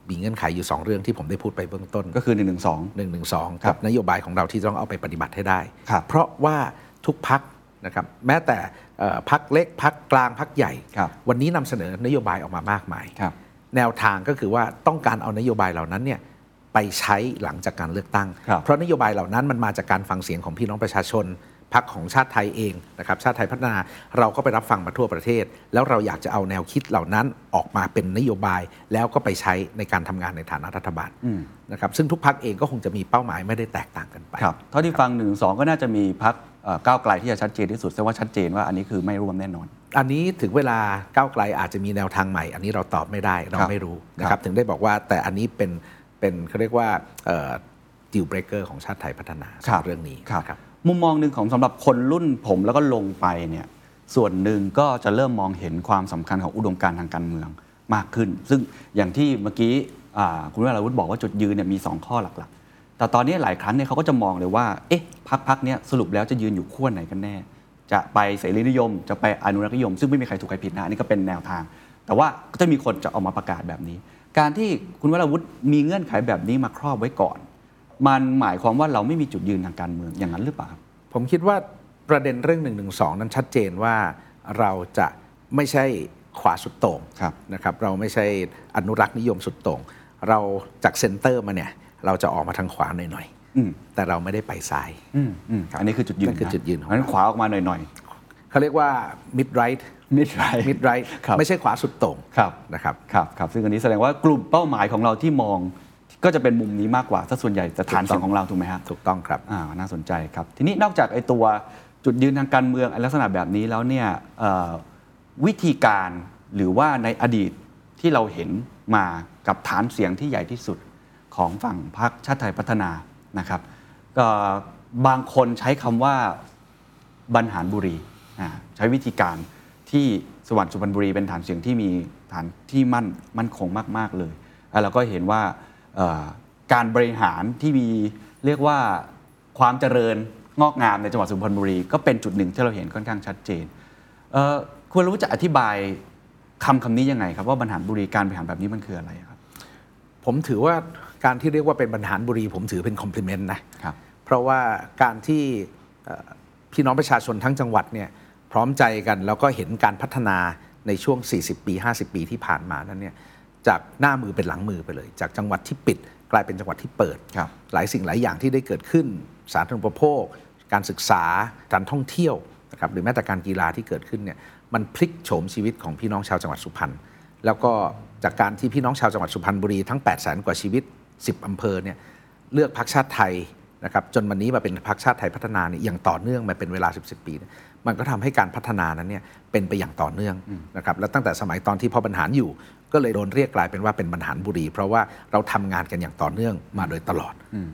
[SPEAKER 2] มีเงื่อนไขอยู่สองเรื่องที่ผมได้พูดไปเบื้องต้น
[SPEAKER 1] ก็คือหนึ่งหนึ่งสอง
[SPEAKER 2] 1นึ
[SPEAKER 1] ครั
[SPEAKER 2] กั
[SPEAKER 1] บบ
[SPEAKER 2] นโยบายของเราที่ต้องเอาไปปฏิบัติให้ได้
[SPEAKER 1] ครับ
[SPEAKER 2] เพราะว่าทุกพักนะครับแม้แต่เอ่อพักเล็กพักกลางพักใหญ่
[SPEAKER 1] ครับ
[SPEAKER 2] วันนี้นำเสนอนโยบายออกมามากมาย
[SPEAKER 1] ครับ
[SPEAKER 2] แนวทางก็คือว่าต้องการเอานโยบายเหล่านั้นเนี่ยไปใช้หลังจากการเลือกตั้ง
[SPEAKER 1] ครับ
[SPEAKER 2] เพราะนโยบายเหล่านั้นมันมาจากการฟังเสียงของพี่น้องประชาชนพักของชาติไทยเองนะครับชาติไทยพัฒนาเราก็ไปรับฟังมาทั่วประเทศ แล้วเราอยากจะเอาแนวคิดเหล่านั้นออกมาเป็นนโยบายแล้วก็ไปใช้ในการทำงานในฐานะรัฐบาล
[SPEAKER 1] อืม
[SPEAKER 2] นะครับซึ่งทุกพักเองก็คงจะมีเป้าหมายไม่ได้แตกต่างกันไป
[SPEAKER 1] ครับเท่าที่ฟังหนึ่งสองก็น่าจะมีพักก้าวไกลที่จะชัดเจนที่สุดแสดงว่าชัดเจนว่าอันนี้คือไม่ร่วมแน่นอน
[SPEAKER 2] อันนี้ถึงเวลาก้าวไกลอาจจะมีแนวทางใหม่ อันนี้เราตอบไม่ได้เรา
[SPEAKER 1] ครับ
[SPEAKER 2] ไม่รู้นะ
[SPEAKER 1] ค
[SPEAKER 2] ค
[SPEAKER 1] รั
[SPEAKER 2] รับ บถึงได้บอกว่าแต่อันนี้เป็นเป็นเขาเรียกว่าดิวเบรกเกอร์ของชาติไทยพัฒนาสำหเรื่องนี้
[SPEAKER 1] ครับ
[SPEAKER 2] นะครับ
[SPEAKER 1] มุมมองหนึ่งของสำหรับคนรุ่นผมแล้วก็ลงไปเนี่ยส่วนหนึ่งก็จะเริ่มมองเห็นความสำคัญของอุดมการณ์ทางการเมืองมากขึ้น ซึ่งอย่างที่เมื่อกี้อ่าคุณวราวุฒิบอกว่าจุดยืนเนี่ยมี 2 ข้อหลักๆ แต่ตอนนี้หลายครั้งเนี่ยเขาก็จะมองเลยว่า เอ๊ะพักพักเนี่ยสรุปแล้วจะยืนอยู่ขั้วไหนกันแน่ จะไปเสรีนิยม จะไปอนุรักษนิยม ซึ่งไม่มีใครถูกใครผิดนะอันนี้ก็เป็นแนวทาง แต่ว่าก็จะมีคนจะออกมาประกาศแบบนี้ การที่คุณวราวุฒิมีเงื่อนไขแบบนี้มาครอบไว้ก่อน มันหมายความว่าเราไม่มีจุดยืนทางการเมืองอย่างนั้นหรือเปล่าครับ
[SPEAKER 2] ผมคิดว่าประเด็นเรื่อง1นึนั้นชัดเจนว่าเราจะไม่ใช่ขวาสุดโต่ง
[SPEAKER 1] ครับ
[SPEAKER 2] นะครับเราไม่ใช่อนุรักษ์นิยมสุดโต่งเราจากเซ็นเตอร์มาเนี่ยเราจะออกมาทางขวาหน่อย
[SPEAKER 1] อืม
[SPEAKER 2] ๆแต่เราไม่ได้ไปซ้าย
[SPEAKER 1] อืมอืม
[SPEAKER 2] ครับ
[SPEAKER 1] อันนี้คือจุดยืน
[SPEAKER 2] นั่นคือจุดยืนของเรา
[SPEAKER 1] งั้นขวาออกมาหน่อยหน่อย
[SPEAKER 2] เขาเรียกว่า mid right
[SPEAKER 1] มิดไร
[SPEAKER 2] mid right
[SPEAKER 1] ครับ
[SPEAKER 2] ไม่ใช่ขวาสุดโต่ง
[SPEAKER 1] ครับ
[SPEAKER 2] นะครับ
[SPEAKER 1] ครับครับซึ่งอันนี้แสดงว่ากลุ่มเป้าหมายของเราที่มองก็จะเป็นมุมนี้มากกว่าซะส่วนใหญ่สถานเสียงของเราถูกไหมฮะ
[SPEAKER 2] ถูกต้องครับ
[SPEAKER 1] อ่าน่าสนใจครับ ทีนี้นอกจากไอ้ตัวจุดยืนทางการเมืองไอ้ลักษณะแบบนี้แล้วเนี่ยเอ่อวิธีการหรือว่าในอดีตที่เราเห็นมากับฐานเสียงที่ใหญ่ที่สุดของฝั่งพรรคชาติไทยพัฒนานะครับเอ่อบางคนใช้คำว่า บรรหารบุรีอ่าใช้วิธีการที่สวรรค์สุพรรณบุรีเป็นฐานเสียงที่มีฐานที่มั่นมั่นคงมาก ๆ เลยแล้วเราก็เห็นว่าเอ่อการบริหารที่มีเรียกว่าความเจริญงอกงามในจังหวัดสุพรรณบุรี ก็เป็นจุดหนึ่งที่เราเห็นค่อนข้างชัดเจนเอ่อควรรู้จะอธิบายคำคำนี้ยังไงครับว่าบรรหารบุรีการบริหารแบบนี้มันคืออะไรครับ
[SPEAKER 2] ผมถือว่าการที่เรียกว่าเป็นบรรหารบุรี ผมถือเป็นคอมพลีเมนต์นะ
[SPEAKER 1] ครับ
[SPEAKER 2] เพราะว่าการที่เอ่อพี่น้องประชาชนทั้งจังหวัดเนี่ยพร้อมใจกันแล้วก็เห็นการพัฒนาในช่วง 40 ปี 50 ปีที่ผ่านมานั้นเนี่ยจากหน้ามือเป็นหลังมือไปเลย จากจังหวัดที่ปิด กลายเป็นจังหวัดที่เปิด
[SPEAKER 1] ครับ
[SPEAKER 2] หลายสิ่งหลายอย่างที่ได้เกิดขึ้น สาธารณูปโภค การศึกษา การท่องเที่ยวนะครับหรือแม้แต่การกีฬาที่เกิดขึ้นเนี่ยมันพลิกโฉมชีวิตของพี่น้องชาวจังหวัดสุพรรณแล้วก็จากการที่พี่น้องชาวจังหวัดสุพรรณบุรีทั้ง 8 0 0 0 0 กว่าชีวิต 10อำเภอเนี่ยเลือกพรรคชาติไทยนะครับจนวันนี้มาเป็นพรรคชาติไทยพัฒนาเนี่ยอย่างต่อเนื่องมาเป็นเวลา 10 10 ปีเนี่ยมันก็ทำให้การพัฒนานั้นเนี่ยเป็นไปอย่างต่อเนื่องนะครับและตั้งแต่สมัยตอนที่พ่อบรรหารอยู่ ก็เลยโดนเรียกกลายเป็นว่าเป็นบรรหารบุรี เพราะว่าเราทำงานกันอย่างต่อเนื่องมาโดยตลอด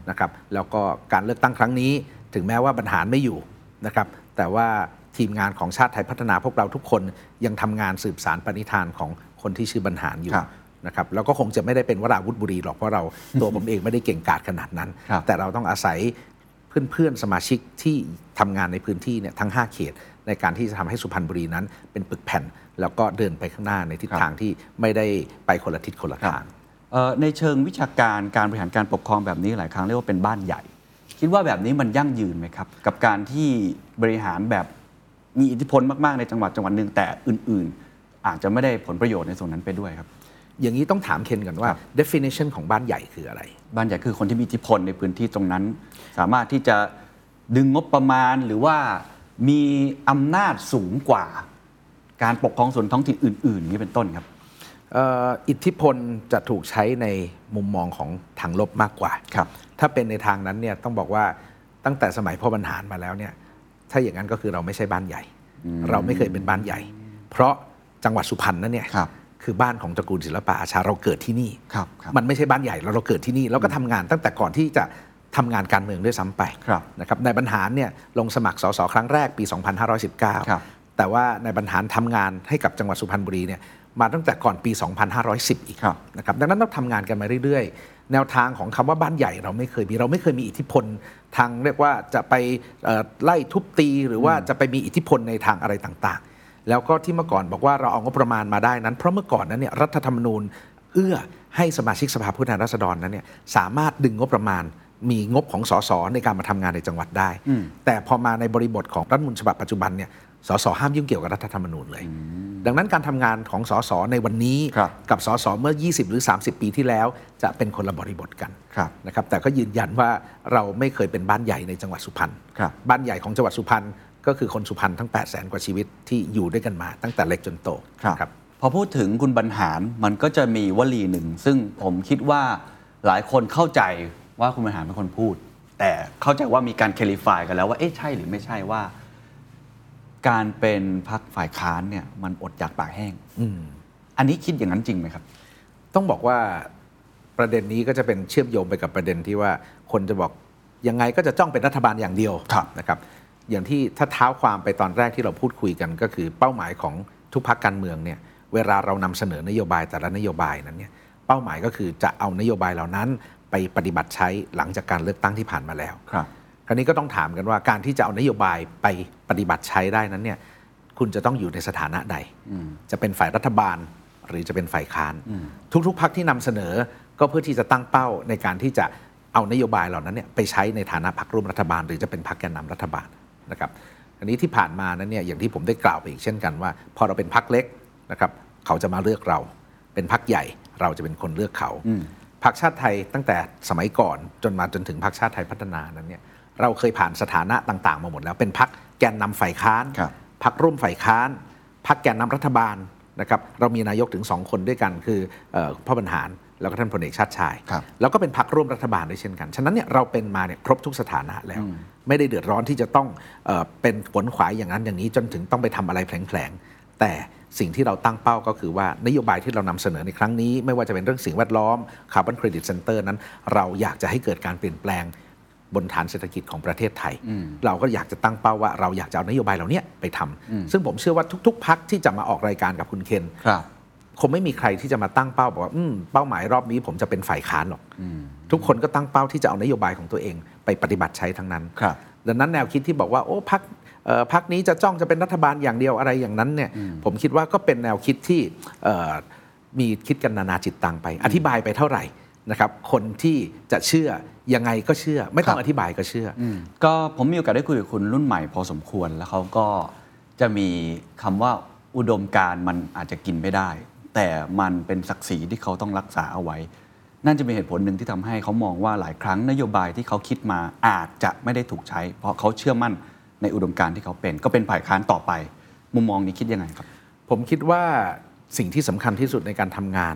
[SPEAKER 2] นะครับแล้วก็การเลือกตั้งครั้งนี้ ถึงแม้ว่าบรรหารไม่อยู่นะครับแต่ว่าทีมงานของชาติไทยพัฒนาพวกเราทุกคนยังทำงานสืบสารปณิธานของคนที่ชื่อบรรหารอยู่
[SPEAKER 1] ครับ
[SPEAKER 2] นะครับแล้วก็คงจะไม่ได้เป็นวราวุธบุรีหรอกเพราะเรา ตัวผมเองไม่ได้เก่งกาจขนาดนั้น
[SPEAKER 1] ครับ
[SPEAKER 2] แต่เราต้องอาศัยเพื่อนๆสมาชิกที่ทำงานในพื้นที่เนี่ยทั้ง 5 เขต ในการที่จะทำให้สุพรรณบุรีนั้นเป็นปึกแผ่น แล้วก็เดินไปข้างหน้าในทิศ
[SPEAKER 1] ครับ
[SPEAKER 2] ทางที่ไม่ได้ไปคนละทิศคนละ
[SPEAKER 1] ครับ
[SPEAKER 2] ทาง
[SPEAKER 1] เอ่อในเชิงวิชาการการบริหารการปกครองแบบนี้หลายครั้งเรียกว่าเป็นบ้านใหญ่ คิดว่าแบบนี้มันยั่งยืนไหมครับ กับการที่บริหารแบบมีอิทธิพลมาก ๆ ในจังหวัดจังหวัดหนึ่งแต่อื่น ๆ อาจจะไม่ได้ผลประโยชน์ในส่วนนั้นไปด้วยครับ
[SPEAKER 2] อย่างนี้ต้องถามเคนกันว่า
[SPEAKER 1] ครับ
[SPEAKER 2] definition ของบ้านใหญ่คืออะไร
[SPEAKER 1] บ้านใหญ่คือคนที่มีอิทธิพลในพื้นที่ตรงนั้น สามารถที่จะดึงงบประมาณหรือว่ามีอำนาจสูงกว่า การปกครองส่วนท้องถิ่นอื่น ๆ นี้เป็นต้นครับ
[SPEAKER 2] เอ่ออิทธิพลจะถูกใช้ในมุมมองของทางลบมากกว่า
[SPEAKER 1] ครับ
[SPEAKER 2] ถ้าเป็นในทางนั้นเนี่ยต้องบอกว่าตั้งแต่สมัยพ่อบรรหารมาแล้วเนี่ยถ้าอย่างนั้นก็คือเราไม่ใช่บ้านใหญ่ เราไม่เคยเป็นบ้านใหญ่ เพราะจังหวัดสุพรรณนั่นเนี่ย
[SPEAKER 1] ครับ
[SPEAKER 2] คือบ้านของตระกูลศิลปะอาชาเราเกิดที่นี่
[SPEAKER 1] ครับครับ
[SPEAKER 2] มันไม่ใช่บ้านใหญ่เราเราเกิดที่นี่แล้วก็ทำงานตั้งแต่ก่อนที่จะทำงานการเมืองด้วยซ้ำไป
[SPEAKER 1] ครับ
[SPEAKER 2] นะครับนายบรรหารเนี่ยลงสมัครสสครั้งแรกปี
[SPEAKER 1] ครับ
[SPEAKER 2] 2519 แต่ว่านายบรรหารทำงานให้กับจังหวัดสุพรรณบุรีเนี่ยมาตั้งแต่ก่อนปี 2510 อีก
[SPEAKER 1] ครับ
[SPEAKER 2] นะครับดังนั้นเราทำงานกันมาเรื่อยๆ แนวทางของคำว่าบ้านใหญ่เราไม่เคยมีเราไม่เคยมีอิทธิพล ทางเรียกว่าจะไปเอ่อไล่ทุบตีหรือว่าจะไปมีอิทธิพลในทางอะไรต่างๆ แล้วก็ที่เมื่อก่อนบอกว่าเราเอางบประมาณมาได้นั้น เพราะเมื่อก่อนนั้นเนี่ยรัฐธรรมนูญ เอื้อให้สมาชิกสภาผู้แทนราษฎรนั้นเนี่ยสามารถดึงงบประมาณ มีงบของสสในการมาทำงานในจังหวัดได้ แต่พอมาในบริบทของรัฐธรรมนูญฉบับปัจจุบันเนี่ยสสห้ามยุ่งเกี่ยวกับรัฐธรรมนูญเลย ดังนั้นการทำงานของสสในวันนี้
[SPEAKER 1] ครับ
[SPEAKER 2] กับสสเมื่อ 20 หรือ 30 ปีที่แล้ว จะเป็นคนละบริบทกัน
[SPEAKER 1] ครับ
[SPEAKER 2] นะครับ แต่ก็ยืนยันว่าเราไม่เคยเป็นบ้านใหญ่ในจังหวัดสุพรรณ
[SPEAKER 1] ครับ
[SPEAKER 2] นใหญ่ของจังหวัดสุพรรณก็คือคนสุพรรณทั้ง 8 0 0 0 0 กว่าชีวิตที่อยู่ด้วยกันมาตั้งแต่เล็กจนโต
[SPEAKER 1] ครับพอพูดถึงคุณบรรหารมันก็จะมีวลีหนึ่ง ซึ่งผมคิดว่าหลายคนเข้าใจว่าคุณบรรหารเป็นคนพูด แต่เข้าใจว่ามีการเคลิฟายกันแล้วว่าเอ๊ะใช่หรือไม่ใช่ว่า การเป็นพักฝ่ายค้านเนี่ยมันอดอยากปากแห้งอันนี้คิดอย่างนั้นจริงไหมครับ
[SPEAKER 2] ต้องบอกว่าประเด็นนี้ก็จะเป็นเชื่อมโยงไปกับประเด็นที่ว่าคนจะบอกยังไงก็จะจ้องเป็นรัฐบาลอย่างเดียว
[SPEAKER 1] ครับ
[SPEAKER 2] นะครับ อย่างที่ถ้าเท้าความไปตอนแรกที่เราพูดคุยกัน ก็คือเป้าหมายของทุกพักการเมืองเนี่ยเวลาเรานำเสนอนโยบายแต่ละนโยบายนั้นเนี่ยเป้าหมายก็คือจะเอานโยบายเหล่านั้น ไปปฏิบัติใช้หลังจากการเลือกตั้งที่ผ่านมาแล้ว
[SPEAKER 1] ครับ
[SPEAKER 2] คราวนี้ก็ต้องถามกันว่าการที่จะเอานโยบายไปปฏิบัติใช้ได้นั้นเนี่ยคุณจะต้องอยู่ในสถานะใด จะเป็นฝ่ายรัฐบาล หรือจะเป็นฝ่ายค้าน ทุกๆพักที่นำเสนอก็เพื่อที่จะตั้งเป้าในการที่จะเอานโยบายเหล่านั้นเนี่ยไปใช้ในฐานะพักร่วมรัฐบาล หรือจะเป็นพักแกนนำรัฐบาลนะครับอันนี้ที่ผ่านมานั้นเนี่ยอย่างที่ผมได้กล่าวไปอีกเช่นกันว่า พอเราเป็นพักเล็กนะครับเขาจะมาเลือกเรา เป็นพักใหญ่เราจะเป็นคนเลือกเขา พรรคชาติไทยตั้งแต่สมัยก่อนจนมาจนถึงพรรคชาติไทยพัฒนานั้นเนี่ยเราเคยผ่านสถานะต่าง ๆ มาหมดแล้วเป็นพรรคแกนนำฝ่ายค้าน
[SPEAKER 1] ครับ
[SPEAKER 2] พรรคร่วมฝ่ายค้านพรรคแกนนำรัฐบาลนะครับเรามีนายกถึงสองคนด้วยกันคือเอ่อพ่อบรรหารแล้วก็ท่านพลเอกชาติชาย
[SPEAKER 1] ครับ
[SPEAKER 2] แล้วก็เป็นพรรคร่วมรัฐบาลด้วยเช่นกัน ฉะนั้นเนี่ยเราเป็นมาเนี่ยครบทุกสถานะแล้ว ไม่ได้เดือดร้อนที่จะต้องเออเป็นขวนขวายอย่างนั้นอย่างนี้จนถึงต้องไปทำอะไรแผลงๆ แต่สิ่งที่เราตั้งเป้าก็คือว่านโยบายที่เรานำเสนอในครั้งนี้ ไม่ว่าจะเป็นเรื่องสิ่งแวดล้อมคาร์บอนเครดิตเซ็นเตอร์นั้น เราอยากจะให้เกิดการเปลี่ยนแปลงบนฐานเศรษฐกิจของประเทศไทย เราก็อยากจะตั้งเป้าว่าเราอยากจะเอานโยบายเหล่าเนี้ยไปทำซึ่งผมเชื่อว่าทุก ๆพักที่จะมาออกรายการกับคุณเคน
[SPEAKER 1] ครับ
[SPEAKER 2] คงไม่มีใครที่จะมาตั้งเป้าบอกว่าอืมเป้าหมายรอบนี้ผมจะเป็นฝ่ายค้านหรอกทุกคนก็ตั้งเป้าที่จะเอานโยบายของตัวเองไปปฏิบัติใช้ทั้งนั้น
[SPEAKER 1] ครับ
[SPEAKER 2] ดังนั้นแนวคิดที่บอกว่าโอ้พักพักนี้จะจ้องจะเป็นรัฐบาลอย่างเดียวอะไรอย่างนั้นเนี่ยผมคิดว่าก็เป็นแนวคิดที่เอ่อมีคิดกันนานาจิตตังไป อธิบายไปเท่าไหร่นะครับคนที่จะเชื่อยังไงก็เชื่อ ไม่ต้องอธิบายก็เชื่ออ
[SPEAKER 1] ก็ผมมีโอกาสได้คุยกับคุณรุ่นใหม่พอสมควรแล้วเขาก็จะมีคำว่าอุดมการณ์มันอาจจะกินไม่ได้ แต่มันเป็นศักดิ์ศรีที่เขาต้องรักษาเอาไว้ นั่นจะเป็นเหตุผลหนึ่งที่ทำให้เขามองว่าหลายครั้งนโยบายที่เขาคิดมาอาจจะไม่ได้ถูกใช้ เพราะเขาเชื่อมั่นในอุดมการณ์ที่เขาเป็น ก็เป็นฝ่ายค้านต่อไป มุมมองนี้คิดยังไงครับ
[SPEAKER 2] ผมคิดว่าสิ่งที่สำคัญที่สุดในการทำงาน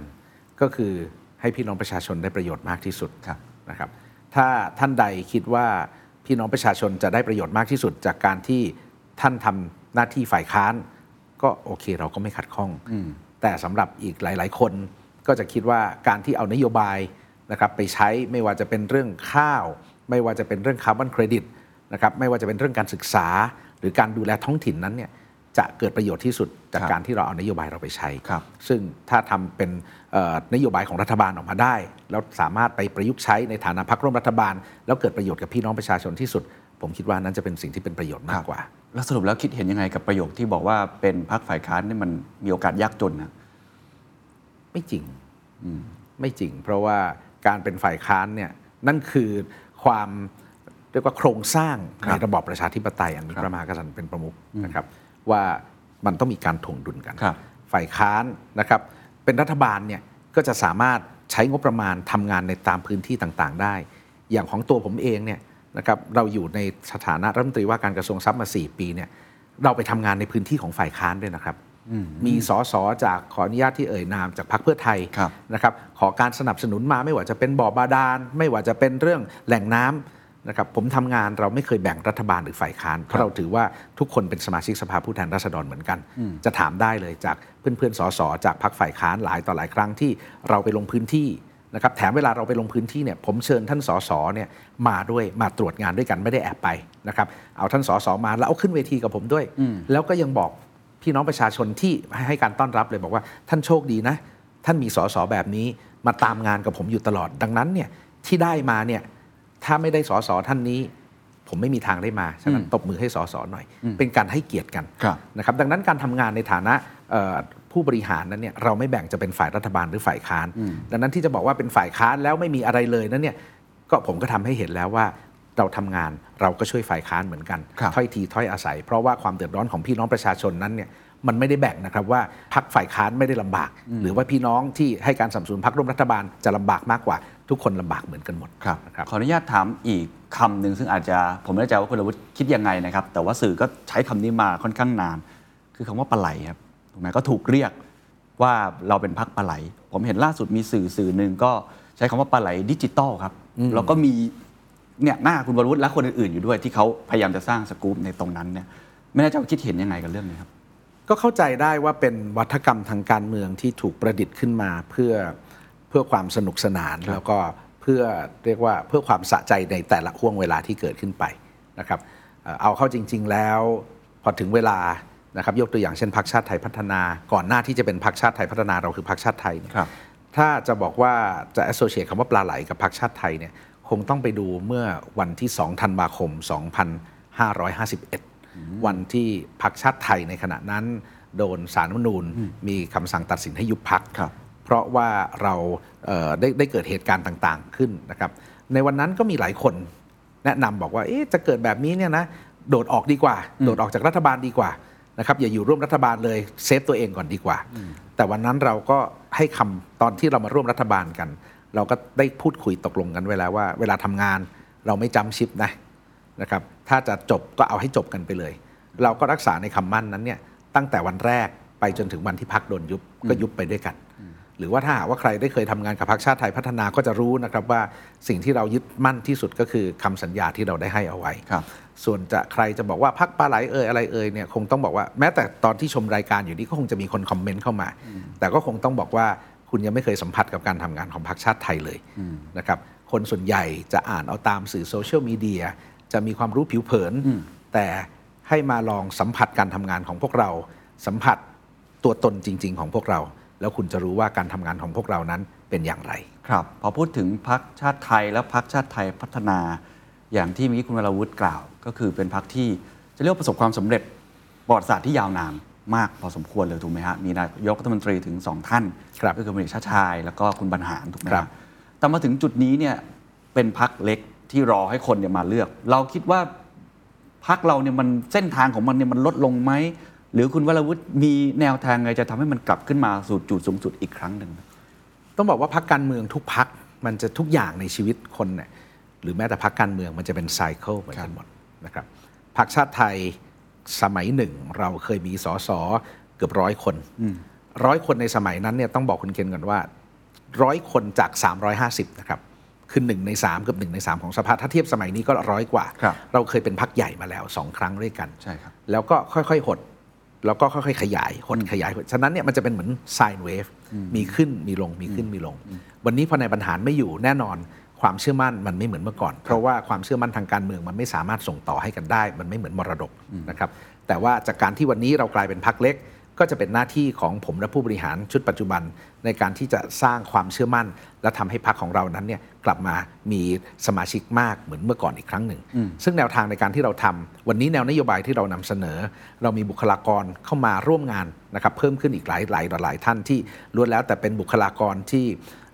[SPEAKER 2] ก็คือให้พี่น้องประชาชนได้ประโยชน์มากที่สุด
[SPEAKER 1] ครับ
[SPEAKER 2] นะครับ ถ้าท่านใดคิดว่าพี่น้องประชาชนจะได้ประโยชน์มากที่สุด จากการที่ท่านทำหน้าที่ฝ่ายค้าน ก็โอเคเราก็ไม่ขัดข้อง แต่สำหรับอีกหลาย ๆ คนก็จะคิดว่าการที่เอานโยบายนะครับไปใช้ไม่ว่าจะเป็นเรื่องข้าว ไม่ว่าจะเป็นเรื่องคาร์บอนเครดิตนะครับไม่ว่าจะเป็นเรื่องการศึกษา หรือการดูแลท้องถิ่นนั้นเนี่ยจะเกิดประโยชน์ที่สุดจาก
[SPEAKER 1] ครับ
[SPEAKER 2] การ ที่เราเอานโยบายเราไปใช้
[SPEAKER 1] ครับ
[SPEAKER 2] ซึ่งถ้าทำเป็นเอ่อนโยบายของรัฐบาลออกมาได้ แล้วสามารถไปประยุกต์ใช้ในฐานะพักร่วมรัฐบาล แล้วเกิดประโยชน์กับพี่น้องประชาชนที่สุด ผมคิดว่านั้นจะเป็นสิ่งที่เป็นประโยชน์มากกว่า
[SPEAKER 1] แล้วสรุปแล้วคิดเห็นยังไงกับประโยคที่บอกว่าเป็นพรรคฝ่ายค้านนี่มันมีโอกาสยากจนนะ
[SPEAKER 2] ไม่จริงไม่จริง เพราะว่าการเป็นฝ่ายค้านเนี่ยนั่นคือความเรียกว่าโครงสร้าง
[SPEAKER 1] ครับ
[SPEAKER 2] ในระบอบประชาธิปไตยอันมี
[SPEAKER 1] ครับ
[SPEAKER 2] พระมหากษัตริย์เป็นประมุขนะครับว่ามันต้องมีการถ่วงดุลกัน
[SPEAKER 1] ครับ
[SPEAKER 2] ฝ่ายค้านนะครับเป็นรัฐบาลเนี่ยก็จะสามารถใช้งบประมาณทำงานในตามพื้นที่ต่างๆ ได้ อย่างของตัวผมเองเนี่ยนะครับเราอยู่ในสถานะรัฐมนตรีว่าการกระทรวงทรัพย์มา 4 ปีเนี่ยเราไปทำงานในพื้นที่ของฝ่ายค้านด้วยนะครับ มีสสจากขออนุญาตที่เอ่ยนามจากพรรคเพื่อไทย
[SPEAKER 1] ครับ
[SPEAKER 2] นะครับขอการสนับสนุนมาไม่ว่าจะเป็นบ่อบาดาลไม่ว่าจะเป็นเรื่องแหล่งน้ำนะครับผมทำงานเราไม่เคยแบ่งรัฐบาลหรือฝ่ายค้านเพราะเราถือว่าทุกคนเป็นสมาชิกสภาผู้แทนราษฎรเหมือนกัน จะถามได้เลยจากเพื่อนๆสสจากพรรคฝ่ายค้านหลายต่อหลายครั้งที่เราไปลงพื้นที่นะครับแถมเวลาเราไปลงพื้นที่เนี่ยผมเชิญท่านสสเนี่ยมาด้วยมาตรวจงานด้วยกันไม่ได้แอบไปนะครับเอาท่านสสมาแล้วเอาขึ้นเวทีกับผมด้วย แล้วก็ยังบอก พี่น้องประชาชนที่ให้ให้การต้อนรับเลยบอกว่าท่านโชคดีนะ ท่านมีสอสอแบบนี้มาตามงานกับผมอยู่ตลอด ดังนั้นเนี่ยที่ได้มาเนี่ยถ้าไม่ได้สอสอท่านนี้ ผมไม่มีทางได้มาฉะนั้นตบมือให้สอสอหน่อย เป็นการให้เกียรติกัน
[SPEAKER 1] ครับ
[SPEAKER 2] นะครับดังนั้นการทำงานในฐานะเอ่อผู้บริหารนั้นเนี่ยเราไม่แบ่งจะเป็นฝ่ายรัฐบาลหรือฝ่ายค้าน ดังนั้นที่จะบอกว่าเป็นฝ่ายค้านแล้วไม่มีอะไรเลยนั้นเนี่ยก็ผมก็ทำให้เห็นแล้วว่าเราทำงานเราก็ช่วยฝ่ายค้านเหมือนกัน
[SPEAKER 1] ครับ
[SPEAKER 2] ถ้อยทีถ้อยอาศัย เพราะว่าความเดือดร้อนของพี่น้องประชาชนนั้นเนี่ยมันไม่ได้แบ่งนะครับว่าพักฝ่ายค้านไม่ได้ลำบาก หรือว่าพี่น้องที่ให้การสนับสนุนพักร่วมรัฐบาลจะลำบากมากกว่า ทุกคนลำบากเหมือนกันหมด
[SPEAKER 1] ครับ
[SPEAKER 2] นะครับ
[SPEAKER 1] ขออนุญาตถามอีกคำหนึ่งซึ่งอาจจะผมไม่แน่ใจว่าคุณรวุฒิคิดยังไงนะครับ แต่ว่าสื่อก็ใช้คำนี้มาค่อนข้างนาน คือคำว่าปลาไหลครับถูกไหมก็ถูกเรียกว่าเราเป็นพักปลาไหล ผมเห็นล่าสุดมีสื่อสื่อหนึ่งก็ใช้คำว่าปลาไหลดิจิตอลครับแล้วก็มีเนี่ยหน้าคุณวรุฒิและคนอื่นๆอยู่ด้วยที่เขาพยายามจะสร้างสกู๊ปในตรงนั้นเนี่ยไม่แน่ใจว่าคิดเห็นยังไงกับเรื่องนี้ครับ
[SPEAKER 2] ก็เข้าใจได้ว่าเป็นวัฒกรรมทางการเมืองที่ถูกประดิษฐ์ขึ้นมาเพื่อเพื่อความสนุกสนาน แล้วก็เพื่อเรียกว่าเพื่อความสะใจในแต่ละห่วงเวลาที่เกิดขึ้นไปนะครับเอ่อเอาเข้าจริง ๆ แล้ว พอถึงเวลานะครับยกตัวอย่างเช่นพรรคชาติไทยพัฒนา ก่อนหน้าที่จะเป็นพรรคชาติไทยพัฒนาเราคือพรรคชาติไทยเนี่ย
[SPEAKER 1] ครับ
[SPEAKER 2] ถ้าจะบอกว่าจะ associate คำว่าปลาไหลกับพรรคชาติไทยเนี่ยคงต้องไปดูเมื่อวันที่ 2 ธันวาคม 2551 วันที่พรรคชาติไทยในขณะนั้น โดนสารรัฐธรรมนูญมีคำสั่งตัดสินให้ยุบพัก
[SPEAKER 1] ครับ
[SPEAKER 2] เพราะว่าเราเอ่อได้ได้เกิดเหตุการณ์ต่างๆขึ้นนะครับ ในวันนั้นก็มีหลายคนแนะนำบอกว่าเอ๊ะจะเกิดแบบนี้เนี่ยนะโดดออกดีกว่า โดดออกจากรัฐบาลดีกว่านะครับอย่าอยู่ร่วมรัฐบาลเลยเซฟตัวเองก่อนดีกว่า แต่วันนั้นเราก็ให้คำตอนที่เรามาร่วมรัฐบาลกัน เราก็ได้พูดคุยตกลงกันไว้แล้วว่า เวลาทำงานเราไม่จำชิปนะ นะครับ ถ้าจะจบก็เอาให้จบกันไปเลย เราก็รักษาในคำมั่นนั้นเนี่ยตั้งแต่วันแรกไปจนถึงวันที่พักโดนยุบก็ยุบไปด้วยกัน หรือว่าถ้าหากว่าใครได้เคยทำงานกับพรรคชาติไทยพัฒนาก็จะรู้นะครับว่าสิ่งที่เรายึดมั่นที่สุดก็คือคำสัญญาที่เราได้ให้เอาไว้
[SPEAKER 1] ครับ
[SPEAKER 2] ส่วนจะใครจะบอกว่าพักปลาไหลเอ่ยอะไรเอ่ยเนี่ยคงต้องบอกว่าแม้แต่ตอนที่ชมรายการอยู่นี่ก็คงจะมีคนคอมเมนต์เข้ามา แต่ก็คงต้องบอกว่าคุณยังไม่เคยสัมผัสกับการทำงานของพรรคชาติไทยเลยนะครับคนส่วนใหญ่จะอ่านเอาตามสื่อโซเชียลมีเดียจะมีความรู้ผิวเผิน แต่ให้มาลองสัมผัสการทำงานของพวกเรา สัมผัสตัวตนจริง ๆ ของพวกเรา แล้วคุณจะรู้ว่าการทำงานของพวกเรานั้นเป็นอย่างไร
[SPEAKER 1] ครับพอพูดถึงพักชาติไทยและพักชาติไทยพัฒนา อย่างที่เมื่อกี้คุณวรวุฒิกล่าว ก็คือเป็นพักที่จะเรียกว่าประสบความสำเร็จประวัติศาสตร์ที่ยาวนานมากพอสมควรเลยถูกไหมฮะมีนายกรัฐมนตรีถึง 2 ท่าน
[SPEAKER 2] ครับ
[SPEAKER 1] ก็คือคุณเอกชาติชาย แล้วก็คุณบรรหารถูกไหมฮะ
[SPEAKER 2] ครับ
[SPEAKER 1] แต่มาถึงจุดนี้เนี่ยเป็นพักเล็กที่รอให้คนเนี่ยมาเลือก เราคิดว่า พักเราเนี่ยมันเส้นทางของมันเนี่ยมันลดลงไหมหรือคุณวรวุฒิมีแนวทางไงจะทำให้มันกลับขึ้นมาสู่จุดสูงสุดอีกครั้งหนึ่ง
[SPEAKER 2] ต้องบอกว่าพักการเมืองทุกพักมันจะทุกอย่างในชีวิตคนเนี่ยหรือแม้แต่พักการเมืองมันจะเป็นไซเคิลเหมือนกันหมดนะครับพักชาติไทยสมัยหนึ่ง เราเคยมีสสเกือบร้อยคนร้อยคนในสมัยนั้นเนี่ยต้องบอกคุณเคนก่อนว่าร้อยคนจาก 350นะครับคือหนึ่งในสามเกือบหนึ่งในสามของสภาถ้าเทียบสมัยนี้ก็ร้อยกว่า
[SPEAKER 1] ครับ
[SPEAKER 2] เราเคยเป็นพักใหญ่มาแล้วสองครั้งด้วยกัน
[SPEAKER 1] ใช่ครับ
[SPEAKER 2] แล้วก็ค่อยๆ หด แล้วก็ค่อยๆ ขยาย หดขยายหดฉะนั้นเนี่ยมันจะเป็นเหมือน sine wave มีขึ้นมีลง มีขึ้นมีลง วันนี้พอในายบรรหารไม่อยู่แน่นอนความเชื่อมั่นมันไม่เหมือนเมื่อก่อน เพราะว่าความเชื่อมั่นทางการเมืองมันไม่สามารถส่งต่อให้กันได้ มันไม่เหมือนมรดกนะครับ แต่ว่าจากการที่วันนี้เรากลายเป็นพักเล็ก ก็จะเป็นหน้าที่ของผมและผู้บริหารชุดปัจจุบัน ในการที่จะสร้างความเชื่อมั่น และทำให้พักของเรานั้นเนี่ยกลับมามีสมาชิกมากเหมือนเมื่อก่อนอีกครั้งหนึ่ง ซึ่งแนวทางในการที่เราทำวันนี้แนวนโยบายที่เรานำเสนอ เรามีบุคลากรเข้ามาร่วมงานนะครับเพิ่มขึ้นอีกหลายหลายหลายท่านที่ล้วนแล้วแต่เป็นบุคลากรที่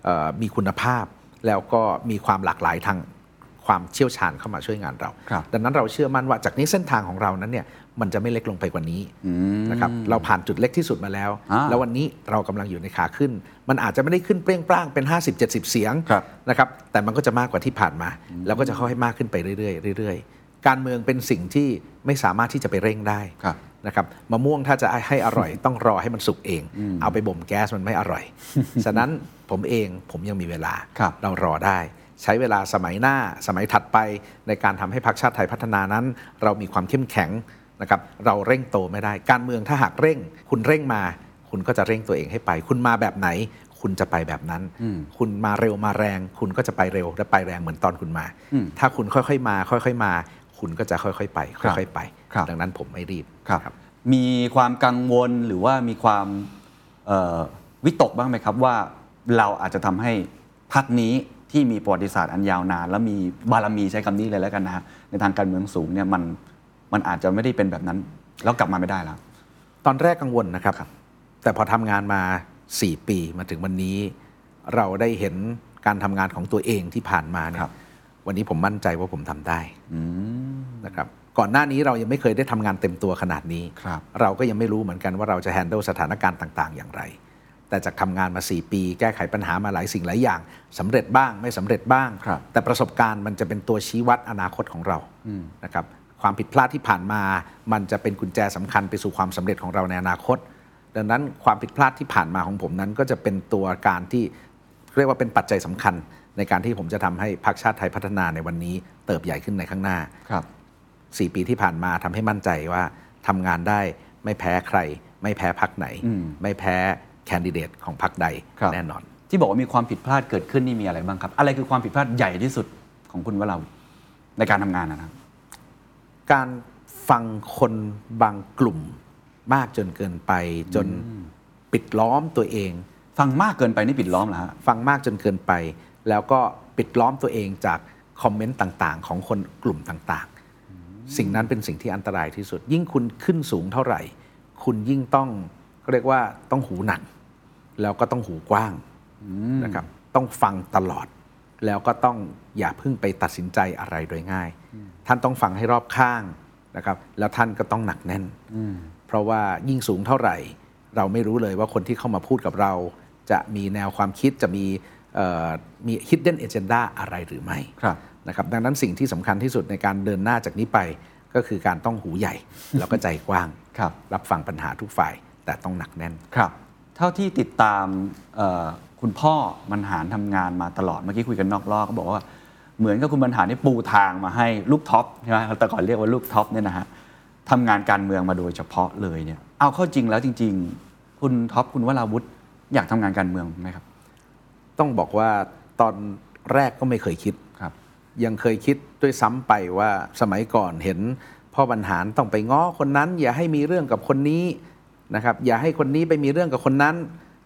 [SPEAKER 2] เอ่อมีคุณภาพ แล้วก็มีความหลากหลายทางความเชี่ยวชาญเข้ามาช่วยงานเรา
[SPEAKER 1] ครับ
[SPEAKER 2] ดังนั้นเราเชื่อมั่นว่าจากนี้เส้นทางของเรานั้นเนี่ยมันจะไม่เล็กลงไปกว่านี้นะครับเราผ่านจุดเล็กที่สุดมาแล้ว
[SPEAKER 1] อ่า
[SPEAKER 2] แล้ววันนี้เรากำลังอยู่ในขาขึ้น มันอาจจะไม่ได้ขึ้นเปรี้ยงปร้างเป็น 50 70 เสียง
[SPEAKER 1] ครับ
[SPEAKER 2] นะครับแต่มันก็จะมากกว่าที่ผ่านมา แล้วก็จะค่อยๆมากขึ้นไปเรื่อยๆเรื่อยๆ การเมืองเป็นสิ่งที่ไม่สามารถที่จะไปเร่งได้
[SPEAKER 1] ครับ
[SPEAKER 2] นะครับมะม่วงถ้าจะให้อร่อย ต้องรอให้มันสุกเอง เอาไปบ่มแก๊สมันไม่อ ร่อย ฉะนั้นผมเองผมยังมีเวลา
[SPEAKER 1] ครับ
[SPEAKER 2] เรารอได้ใช้เวลาสมัยหน้าสมัยถัดไปในการทำให้พรรคชาติไทยพัฒนานั้น เรามีความเข้มแข็งนะครับเราเร่งโตไม่ได้ การเมืองถ้าหากเร่ง คุณเร่งมา คุณก็จะเร่งตัวเองให้ไป คุณมาแบบไหน คุณจะไปแบบนั้น คุณมาเร็วมาแรง คุณก็จะไปเร็วและไปแรงเหมือนตอนคุณมา ถ้าคุณค่อยๆมา ค่อยๆมา คุณก็จะค่อยๆไป
[SPEAKER 1] ครับ
[SPEAKER 2] ค่อยๆไป
[SPEAKER 1] ครับ
[SPEAKER 2] ดังนั้นผมไม่รีบ
[SPEAKER 1] ครับมีความกังวลหรือว่ามีความเอ่อวิตกบ้างไหมครับว่าเราอาจจะทำให้พักนี้ที่มีประวัติศาสตร์อันยาวนาน และมีบารมีใช้คำนี้เลยแล้วกันนะฮะในทางการเมืองสูงเนี่ยมันมันอาจจะไม่ได้เป็นแบบนั้น แล้วกลับมาไม่ได้แล้ว
[SPEAKER 2] ตอนแรกกังวลนะครับ แต่พอทำงานมา 4 ปีมาถึงวันนี้ เราได้เห็นการทำงานของตัวเองที่ผ่านมาเนี่
[SPEAKER 1] ครั
[SPEAKER 2] ย
[SPEAKER 1] บ
[SPEAKER 2] วันนี้ผมมั่นใจว่าผมทำได้นะครับก่อนหน้านี้เรายังไม่เคยได้ทำงานเต็มตัวขนาดนี้
[SPEAKER 1] ครับ
[SPEAKER 2] เราก็ยังไม่รู้เหมือนกันว่าเราจะแฮนด์ลสถานการณ์ต่าง ๆ อย่างไร แต่จากทำงานมา 4 ปี แก้ไขปัญหามาหลายสิ่งหลายอย่างสำเร็จบ้างไม่สำเร็จบ้าง
[SPEAKER 1] ครับ
[SPEAKER 2] แต่ประสบการณ์มันจะเป็นตัวชี้วัดอนาคตของเรานะครับความผิดพลาดที่ผ่านมา มันจะเป็นกุญแจสำคัญไปสู่ความสำเร็จของเราในอนาคต ดังนั้นความผิดพลาดที่ผ่านมาของผมนั้นก็จะเป็นตัวการที่เรียกว่าเป็นปัจจัยสำคัญ ในการที่ผมจะทำให้พรรคชาติไทยพัฒนาในวันนี้ เติบใหญ่ขึ้นในข้างหน้า
[SPEAKER 1] ครับ
[SPEAKER 2] สี่ปีที่ผ่านมาทำให้มั่นใจว่าทำงานได้ไม่แพ้ใคร ไม่แพ้พักไหน
[SPEAKER 1] อืม
[SPEAKER 2] ไม่แพ้แคนดิเดตของพักใด
[SPEAKER 1] ครับ
[SPEAKER 2] แน่นอน
[SPEAKER 1] ที่บอกว่ามีความผิดพลาดเกิดขึ้นนี่มีอะไรบ้างครับ อะไรคือความผิดพลาดใหญ่ที่สุดของคุณวราวุฒิในการทำงานนะครับ
[SPEAKER 2] การฟังคนบางกลุ่มมากจนเกินไปจนปิดล้อมตัวเอง
[SPEAKER 1] ฟังมากเกินไปนี่ปิดล้อมเหรอฮะ
[SPEAKER 2] ฟังมากจนเกินไป แล้วก็ปิดล้อมตัวเองจากคอมเมนต์ต่าง ๆ ของคนกลุ่มต่าง ๆ สิ่งนั้นเป็นสิ่งที่อันตรายที่สุด ยิ่งคุณขึ้นสูงเท่าไหร่ คุณยิ่งต้องเรียกว่าต้องหูหนัก แล้วก็ต้องหูกว้างนะครับต้องฟังตลอด แล้วก็ต้องอย่าเพิ่งไปตัดสินใจอะไรโดยง่าย ท่านต้องฟังให้รอบข้างนะครับแล้วท่านก็ต้องหนักแน่น เพราะว่ายิ่งสูงเท่าไหร่ เราไม่รู้เลยว่าคนที่เข้ามาพูดกับเรา จะมีแนวความคิดจะมีเอ่อมี hidden agenda อะไรหรือไม่
[SPEAKER 1] ครับ
[SPEAKER 2] นะครับดังนั้นสิ่งที่สำคัญที่สุดในการเดินหน้าจากนี้ไป ก็คือการต้องหูใหญ่ แล้วก็ใจกว้าง
[SPEAKER 1] ครับ
[SPEAKER 2] รับฟังปัญหาทุกฝ่าย แต่ต้องหนักแน่น
[SPEAKER 1] ครับ เท่าที่ติดตามเอ่อคุณพ่อมันหารทำงานมาตลอดเมื่อกี้คุยกันนอกรอบก็บอกว่า เหมือนกับคุณบรรหารนี่ปูทางมาให้ลูกท็อปใช่ไหมแต่ก่อนเรียกว่าลูกท็อปเนี่ยนะฮะทำงานการเมืองมาโดยเฉพาะเลยเนี่ยเอาเข้าจริงแล้วจริง ๆ คุณท็อปคุณวราวุธอยากทำงานการเมืองไหมครับ
[SPEAKER 2] ต้องบอกว่าตอนแรกก็ไม่เคยคิด
[SPEAKER 1] ครับ
[SPEAKER 2] ยังเคยคิดด้วยซ้ำไปว่าสมัยก่อนเห็นพ่อบรรหารต้องไปง้อคนนั้น อย่าให้มีเรื่องกับคนนี้นะครับอย่าให้คนนี้ไปมีเรื่องกับคนนั้น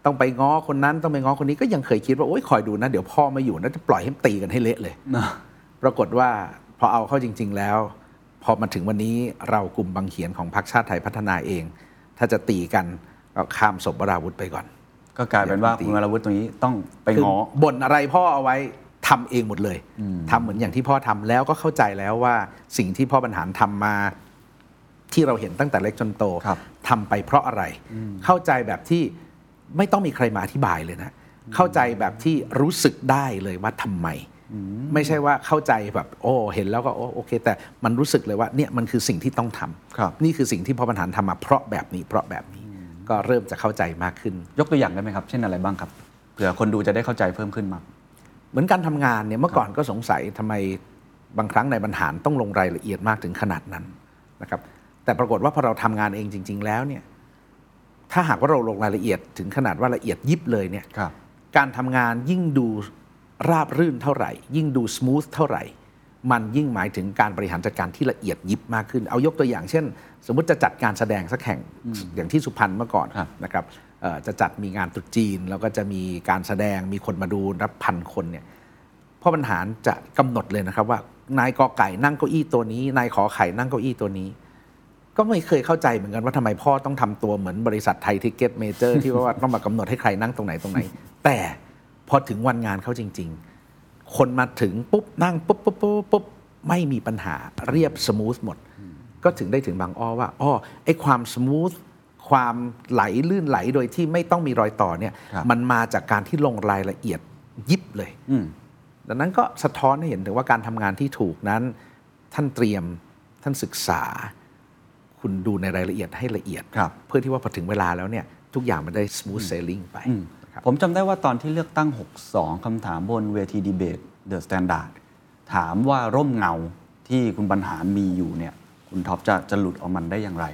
[SPEAKER 2] ต้องไปง้อคนนั้นต้องไปง้อคนนี้ก็ยังเคยคิดว่าโอ๊ยคอยดูนะเดี๋ยวพ่อไมาอยู่นะจะปล่อยให้ตีกันให้เละเลย ปรากฏว่าพอเอาเข้าจริง ๆ แล้ว พอมาถึงวันนี้เรากลุ่มบางเขียนของพรรคชาติไทยพัฒนาเอง ถ้าจะตีกันก็ข้ามศพวราวุธไปก่อน
[SPEAKER 1] ก็กลายเป็นว่าคุณวราวุธตรงนี้ต้องไป
[SPEAKER 2] คือ
[SPEAKER 1] ง้อ
[SPEAKER 2] บ่นอะไรพ่อเอาไว้ทำเองหมดเลยทำเหมือนอย่างที่พ่อทำแล้วก็เข้าใจแล้วว่าสิ่งที่พ่อบรรหารทำมาที่เราเห็นตั้งแต่เล็กจนโต
[SPEAKER 1] ครับ
[SPEAKER 2] ทำไปเพราะอะไร เข้าใจแบบที่ไม่ต้องมีใครมาอธิบายเลยนะ เข้าใจแบบที่รู้สึกได้เลยว่าทำไม ไม่ใช่ว่าเข้าใจแบบโอ้เห็นแล้วก็โอ้โอเค แต่มันรู้สึกเลยว่าเนี่ยมันคือสิ่งที่ต้องท
[SPEAKER 1] ครับ
[SPEAKER 2] ำนี่คือสิ่งที่พ่อบรรหารทำมาเพราะแบบนี้ เพราะแบบนี้ก็เริ่มจะเข้าใจมากขึ้น
[SPEAKER 1] ยกตัวอย่างได้ไหมครับ เช่นอะไรบ้างครับเผื่อคนดูจะได้เข้าใจเพิ่มขึ้นมาก
[SPEAKER 2] เหมือนการทำงานเนี่ยเมื่อก่อนก็สงสัยทำไมบางครั้งในบรรหารต้องลงรายละเอียดมากถึงขนาดนั้นนะครับแต่ปรากฏว่าพอเราทำงานเองจริง ๆ แล้วเนี่ยถ้าหากว่าเราลงรายละเอียดถึงขนาดว่าละเอียดยิบเลยเนี่ย
[SPEAKER 1] ครับ
[SPEAKER 2] การทำงานยิ่งดูราบรื่นเท่าไหร่ ยิ่งดูส o t h เท่าไหร่ มันยิ่งหมายถึงการบริหารจัดการที่ละเอียดยิบมากขึ้น เอายกตัวอย่างเช่น สมมติจะจัดการแสดงสักแห่งอย่างที่สุพรรณเมื่อก่อน
[SPEAKER 1] ครับ
[SPEAKER 2] นะครับเอ่อจะจัดมีงานตรุษจีน แล้วก็จะมีการแสดงมีคนมาดูรับพันคนเนี่ยพ่อบรรหารจะกำหนดเลยนะครับว่านายกอไก่นั่งเก้าอี้ตัวนี้ นายขอไข่นั่งเก้าอี้ตัวนี้ ก็ไม่เคยเข้าใจเหมือนกันว่าทำไมพ่อต้องทำตัวเหมือนบริษัทไทยทิกเก็ตเมเจอร์ ที่ว่าต้องมากำหนดให้ใครนั่งตรงไหนตรงไหน แต่พอถึงวันงานเขาจริง ๆ คนมาถึงปุ๊บนั่งปุ๊บปุ๊บปุ๊บปุ๊บไม่มีปัญหาเรียบสมูทหมด ก็ถึงได้ถึงบางอ้อว่าอ้อไอ้ความสมูทความไหลลื่นไหลโดยที่ไม่ต้องมีรอยต่อเนี่ย
[SPEAKER 1] ครับ
[SPEAKER 2] มันมาจากการที่ลงรายละเอียดยิบเลย
[SPEAKER 1] อืม
[SPEAKER 2] ดังนั้นก็สะท้อนให้เห็นถึงว่าการทำงานที่ถูกนั้น ท่านเตรียมท่านศึกษา คุณดูในรายละเอียดให้ละเอียด
[SPEAKER 1] ครับ
[SPEAKER 2] เพื่อที่ว่าพอถึงเวลาแล้วเนี่ย ทุกอย่างมันได้ smooth sailing ไป
[SPEAKER 1] อืม
[SPEAKER 2] นะครับ
[SPEAKER 1] ผมจำได้ว่าตอนที่เลือกตั้ง 62 คำถามบนเวทีดีเบตเดอะสแตนดาร์ดถามว่าร่มเงาที่คุณบรรหารมีอยู่เนี่ย คุณท็อปจะจะหลุดออกมันได้อย่างไร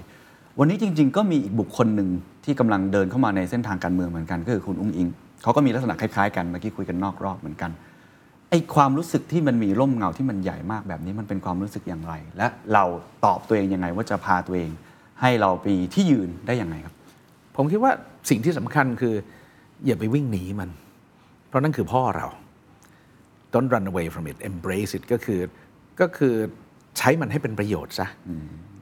[SPEAKER 1] วันนี้จริง ๆ ก็มีอีกบุคคลหนึ่งที่กำลังเดินเข้ามาในเส้นทางการเมืองเหมือนกัน ก็คือคุณอุ้งอิง เขาก็มีลักษณะคล้ายๆกันเมื่อกี้คุยกันนอกรอบเหมือนกัน ไอความรู้สึกที่มันมีร่มเงาที่มันใหญ่มากแบบนี้มันเป็นความรู้สึกอย่างไร และเราตอบตัวเองยังไงว่าจะพาตัวเอง ให้เราไปที่ยืนได้อย่างไรครับ
[SPEAKER 2] ผมคิดว่าสิ่งที่สำคัญคือ อย่าไปวิ่งหนีมัน เพราะนั่นคือพ่อเรา don't run away from it embrace it ก็คือก็คือใช้มันให้เป็นประโยชน์ซะ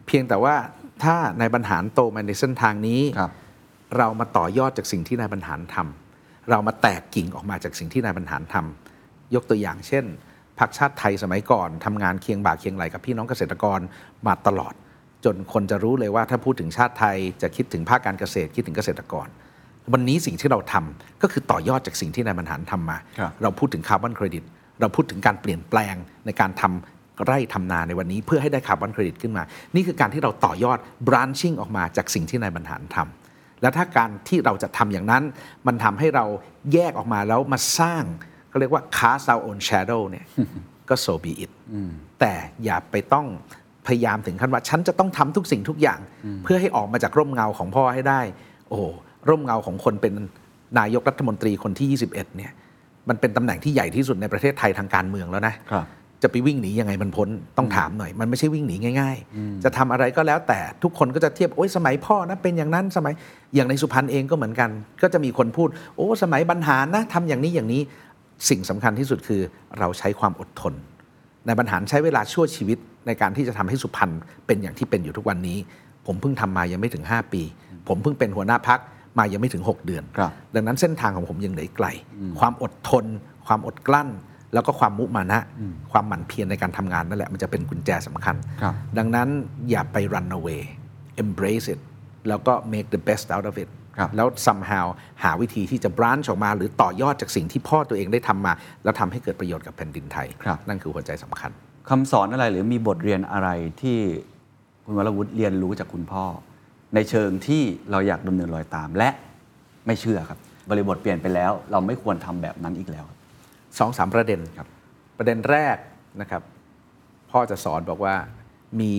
[SPEAKER 2] เพียงแต่ว่าถ้านายบรรหารโตมาในเส้นทางนี้
[SPEAKER 1] ครับ
[SPEAKER 2] เรามาต่อยอดจากสิ่งที่นายบรรหารทำเรามาแตกกิ่งออกมาจากสิ่งที่นายบรรหารทำยกตัวอย่างเช่นพรรคชาติไทยสมัยก่อนทำงานเคียงบ่าเคียงไหลกับพี่น้องเกษตรกรมาตลอด จนคนจะรู้เลยว่าถ้าพูดถึงชาติไทยจะคิดถึงภาคการเกษตรคิดถึงเกษตรกร วันนี้สิ่งที่เราทำก็คือต่อยอดจากสิ่งที่นายบรรหารทำมา
[SPEAKER 1] ครับ
[SPEAKER 2] เราพูดถึงคาร์บอนเครดิต เราพูดถึงการเปลี่ยนแปลงในการทำไร่ทำนาในวันนี้เพื่อให้ได้คาร์บอนเครดิตขึ้นมา นี่คือการที่เราต่อยอด branching ออกมาจากสิ่งที่นายบรรหารทำแล้วถ้าการที่เราจะทำอย่างนั้น มันทำให้เราแยกออกมาแล้วมาสร้างก็เรียกว่า cast our own shadow เนี่ย ก็ so be it แต่อย่าไปต้องพยายามถึงขั้นว่า ฉันจะต้องทำทุกสิ่งทุกอย่าง เพื่อให้ออกมาจากร่มเงาของพ่อให้ได้ โอ้โหร่มเงาของคนเป็นนายกรัฐมนตรีคนที่ 21 เนี่ย มันเป็นตำแหน่งที่ใหญ่ที่สุดในประเทศไทยทางการเมืองแล้วนะครับ จะไปวิ่งหนียังไงมันพ้นต้องถามหน่อย มันไม่ใช่วิ่งหนีง่าย ๆ จะทำอะไรก็แล้วแต่ทุกคนก็จะเทียบโอ้ยสมัยพ่อนะเป็นอย่างนั้นสมัยอย่างในสุพรรณเองก็เหมือนกัน ก็จะมีคนพูด โอ้สมัยบรรหารนะทำอย่างนี้อย่างนี้สิ่งสำคัญที่สุดคือเราใช้ความอดทน นายบรรหารใช้เวลาชั่วชีวิตในการที่จะทำให้สุพรรณเป็นอย่างที่เป็นอยู่ทุกวันนี้ ผมเพิ่งทำมายังไม่ถึง 5 ปี ผมเพิ่งเป็นหัวหน้าพักมายังไม่ถึง 6 เดือน
[SPEAKER 1] ครับ
[SPEAKER 2] ดังนั้นเส้นทางของผมยังเหลืออีกไกล ความอดทน ความอดกลั้น แล้วก็ความมุมานะ ความหมั่นเพียรในการทำงานนั่นแหละ มันจะเป็นกุญแจสำคัญ
[SPEAKER 1] ครับ
[SPEAKER 2] ดังนั้นอย่าไป run away embrace it แล้วก็ make the best out of it
[SPEAKER 1] ครับ
[SPEAKER 2] แล้ว somehow หาวิธีที่จะ branch ออกมา หรือต่อยอดจากสิ่งที่พ่อตัวเองได้ทำมา แล้วทำให้เกิดประโยชน์กับแผ่นดินไทย
[SPEAKER 1] ครับ
[SPEAKER 2] นั่นคือหัวใจสำคัญ
[SPEAKER 1] คำสอนอะไรหรือมีบทเรียนอะไรที่คุณวรวุฒิเรียนรู้จากคุณพ่อ ในเชิงที่เราอยากดำเนินรอยตามและไม่เชื่อครับ บริบทเปลี่ยนไปแล้ว เราไม่ควรทำแบบนั้นอีกแล้ว
[SPEAKER 2] สองสามประเด็น
[SPEAKER 1] ครับ
[SPEAKER 2] ประเด็นแรกนะครับ พ่อจะสอนบอกว่ามี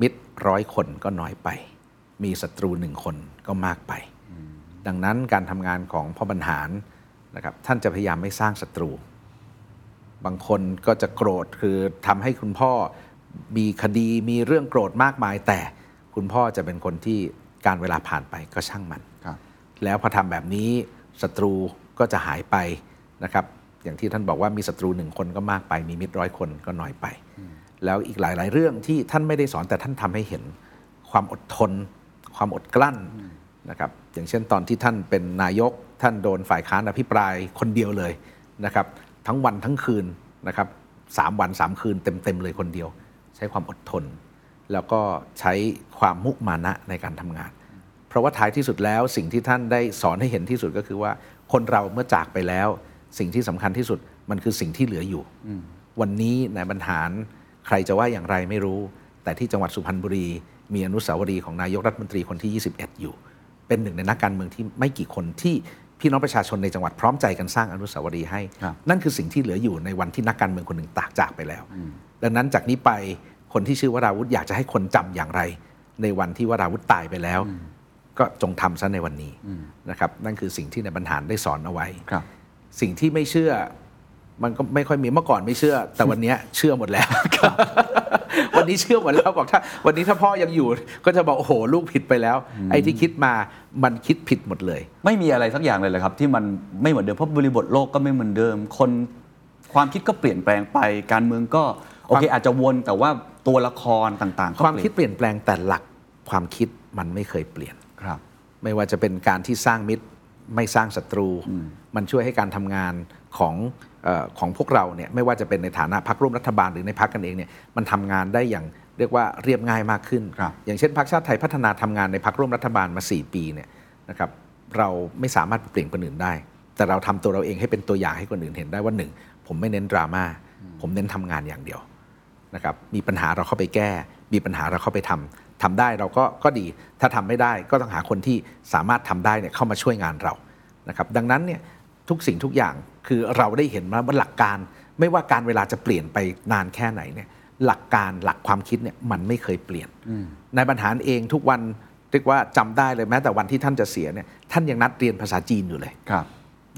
[SPEAKER 2] มิตรร้อยคนก็น้อยไป มีศัตรูหนึ่งคนก็มากไป ดังนั้นการทำงานของพ่อบรรหารนะครับท่านจะพยายามไม่สร้างศัตรู บางคนก็จะโกรธคือทำให้คุณพ่อมีคดีมีเรื่องโกรธมากมาย แต่คุณพ่อจะเป็นคนที่การเวลาผ่านไปก็ช่างมัน
[SPEAKER 1] ครับ
[SPEAKER 2] แล้วพอทำแบบนี้ศัตรูก็จะหายไปนะครับ อย่างที่ท่านบอกว่ามีศัตรูหนึ่งคนก็มากไป มีมิตรร้อยคนก็น้อยไป แล้วอีกหลาย ๆ เรื่องที่ท่านไม่ได้สอนแต่ท่านทำให้เห็นความอดทน ความอดกลั้นนะครับ อย่างเช่นตอนที่ท่านเป็นนายก ท่านโดนฝ่ายค้านอภิปรายคนเดียวเลยนะครับ ทั้งวันทั้งคืนนะครับสามวันสามคืนเต็ม ๆ เลยคนเดียว ใช้ความอดทน แล้วก็ใช้ความมุมานะในการทำงาน เพราะว่าท้ายที่สุดแล้วสิ่งที่ท่านได้สอนให้เห็นที่สุดก็คือว่าคนเราเมื่อจากไปแล้ว สิ่งที่สำคัญที่สุดมันคือสิ่งที่เหลืออยู่ วันนี้นายบรรหารใครจะว่าอย่างไรไม่รู้ แต่ที่จังหวัดสุพรรณบุรี มีอนุสาวรีย์ของนายกรัฐมนตรีคนที่ 21 อยู่ เป็นหนึ่งในนักการเมืองที่ไม่กี่คนที่พี่น้องประชาชนในจังหวัดพร้อมใจกันสร้างอนุสาวรีย์ให้
[SPEAKER 1] ครับ
[SPEAKER 2] นั่นคือสิ่งที่เหลืออยู่ในวันที่นักการเมืองคนหนึ่งตากจากไปแล้ว ดังนั้นจากนี้ไปคนที่ชื่อวราวุธอยากจะให้คนจำอย่างไร ในวันที่วราวุธตายไปแล้ว ก็จงทำซะในวันนี้นะครับนั่นคือสิ่งที่ในายบรรหารได้สอนเอาไว้
[SPEAKER 1] ครับ
[SPEAKER 2] สิ่งที่ไม่เชื่อมันก็ไม่ค่อยมีเมื่อก่อนไม่เชื่อ แต่วันเนี้ย เชื่อหมดแล้ว วันนี้เชื่อหมดแล้วบอกถ้า วันนี้ถ้าพ่อยังอยู่ ก็จะบอกโอ้โหลูกผิดไปแล้ว ไอ้ที่คิดมามันคิดผิดหมดเลย
[SPEAKER 1] ไม่มีอะไรสักอย่างเลยเหรอครับ ที่มันไม่เหมือนเดิมเพราะบริบทโลกก็ไม่เหมือนเดิม คนความคิดก็เปลี่ยนแปลงไปการเมืองก็โอเคอาจจะวนแต่ว่าตัวละครต่างๆก็
[SPEAKER 2] ความ
[SPEAKER 1] เปลี่ยน
[SPEAKER 2] คิดเปลี่ยนแปลงแต่หลักความคิดมันไม่เคยเปลี่ยน
[SPEAKER 1] ครับ
[SPEAKER 2] ไม่ว่าจะเป็นการที่สร้างมิตรไม่สร้างศัตรู มันช่วยให้การทำงานของเออของพวกเราเนี่ยไม่ว่าจะเป็นในฐานะพักร่วมรัฐบาลหรือในพักกันเองเนี่ยมันทำงานได้อย่างเรียกว่าเรียบง่ายมากขึ้น
[SPEAKER 1] ครับ
[SPEAKER 2] อย่างเช่นพักชาติไทยพัฒนาทำงานในพักร่วมรัฐบาลมา 4 ปีเนี่ยนะครับเราไม่สามารถเปลี่ยนคนอื่นได้ แต่เราทำตัวเราเองให้เป็นตัวอย่างให้คนอื่นเห็นได้ว่าหนึ่งผมไม่เน้นดราม่าผมเน้นทำงานอย่างเดียว นะครับมีปัญหาเราเข้าไปแก้ มีปัญหาเราเข้าไปทำทำได้เราก็ก็ดี ถ้าทำไม่ได้ก็ต้องหาคนที่สามารถทำได้เนี่ยเข้ามาช่วยงานเรานะครับดังนั้นเนี่ยทุกสิ่งทุกอย่างคือเราได้เห็นมาว่าหลักการ ไม่ว่าการเวลาจะเปลี่ยนไปนานแค่ไหนเนี่ยหลักการหลักความคิดเนี่ยมันไม่เคยเปลี่ยนนายบรรหารเองทุกวันเรียกว่าจำได้เลยแม้แต่วันที่ท่านจะเสียเนี่ยท่านยังนัดเรียนภาษาจีนอยู่เลย
[SPEAKER 1] ครับ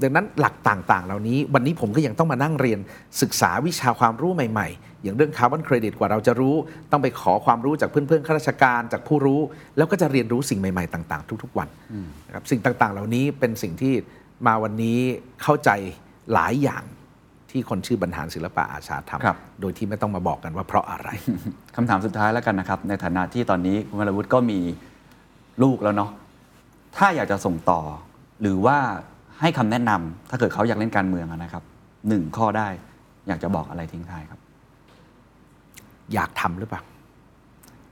[SPEAKER 2] ดังนั้นหลักต่าง ๆ เหล่านี้วันนี้ผมก็ยังต้องมานั่งเรียนศึกษาวิชาความรู้ใหม่ ๆ อย่างเรื่องคาร์บอนเครดิตกว่าเราจะรู้ ต้องไปขอความรู้จากเพื่อน ๆ ข้าราชการจากผู้รู้ แล้วก็จะเรียนรู้สิ่งใหม่ ๆ ต่าง ๆ ทุก ๆ วันนะครับสิ่งต่าง ๆ เหล่านี้เป็นสิ่งที่มาวันนี้เข้าใจหลายอย่างที่คนชื่อบรรหารศิลปะอาชาท
[SPEAKER 1] ครับ
[SPEAKER 2] ำโดยที่ไม่ต้องมาบอกกันว่าเพราะอะไร
[SPEAKER 1] คำถามสุดท้ายแล้วกันนะครับ ในฐานะที่ตอนนี้คุณวรวุฒิก็มีลูกแล้วเนาะถ้าอยากจะส่งต่อ หรือว่าให้คำแนะนำถ้าเกิดเขาอยากเล่นการเมืองอะนะครับหนึ่งข้อได้อยากจะบอกอะไรทิ้งท้ายครับ
[SPEAKER 2] อยากทำหรือเปล่า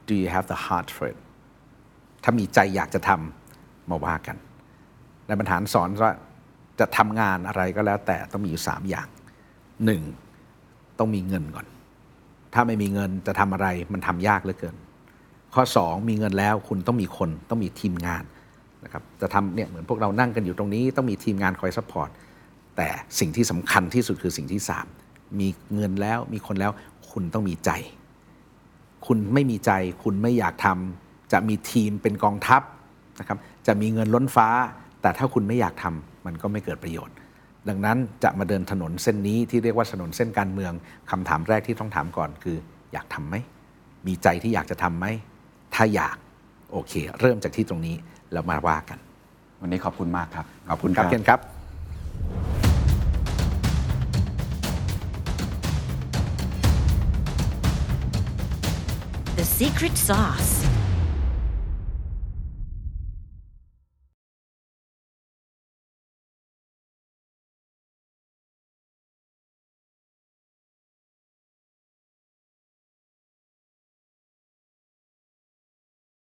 [SPEAKER 2] Do you have the heart for it ถ้ามีใจอยากจะทำมาว่ากันในบรรหารสอนว่าจะทำงานอะไรก็แล้วแต่ต้องมีอยู่ 3 อย่าง 1. ต้องมีเงินก่อน ถ้าไม่มีเงินจะทำอะไรมันทำยากเหลือเกิน ข้อ 2 มีเงินแล้วคุณต้องมีคนต้องมีทีมงานนะครับจะทำเนี่ยเหมือนพวกเรานั่งกันอยู่ตรงนี้ ต้องมีทีมงานคอยซัพพอร์ตแต่สิ่งที่สำคัญที่สุดคือสิ่งที่ 3 มีเงินแล้วมีคนแล้วคุณต้องมีใจ คุณไม่มีใจคุณไม่อยากทำจะมีทีมเป็นกองทัพนะครับจะมีเงินล้นฟ้า แต่ถ้าคุณไม่อยากทำมันก็ไม่เกิดประโยชน์ ดังนั้นจะมาเดินถนนเส้นนี้ที่เรียกว่าถนนเส้นการเมืองคำถามแรกที่ต้องถามก่อนคืออยากทำไหม มีใจที่อยากจะทำไหม ถ้าอยาก โอเค เริ่มจากที่ตรงนี้แล้วมาว่ากัน
[SPEAKER 1] วันนี้ขอบคุณมากครับ
[SPEAKER 2] ขอบคุณครับเคนครับ
[SPEAKER 4] The secret sauce.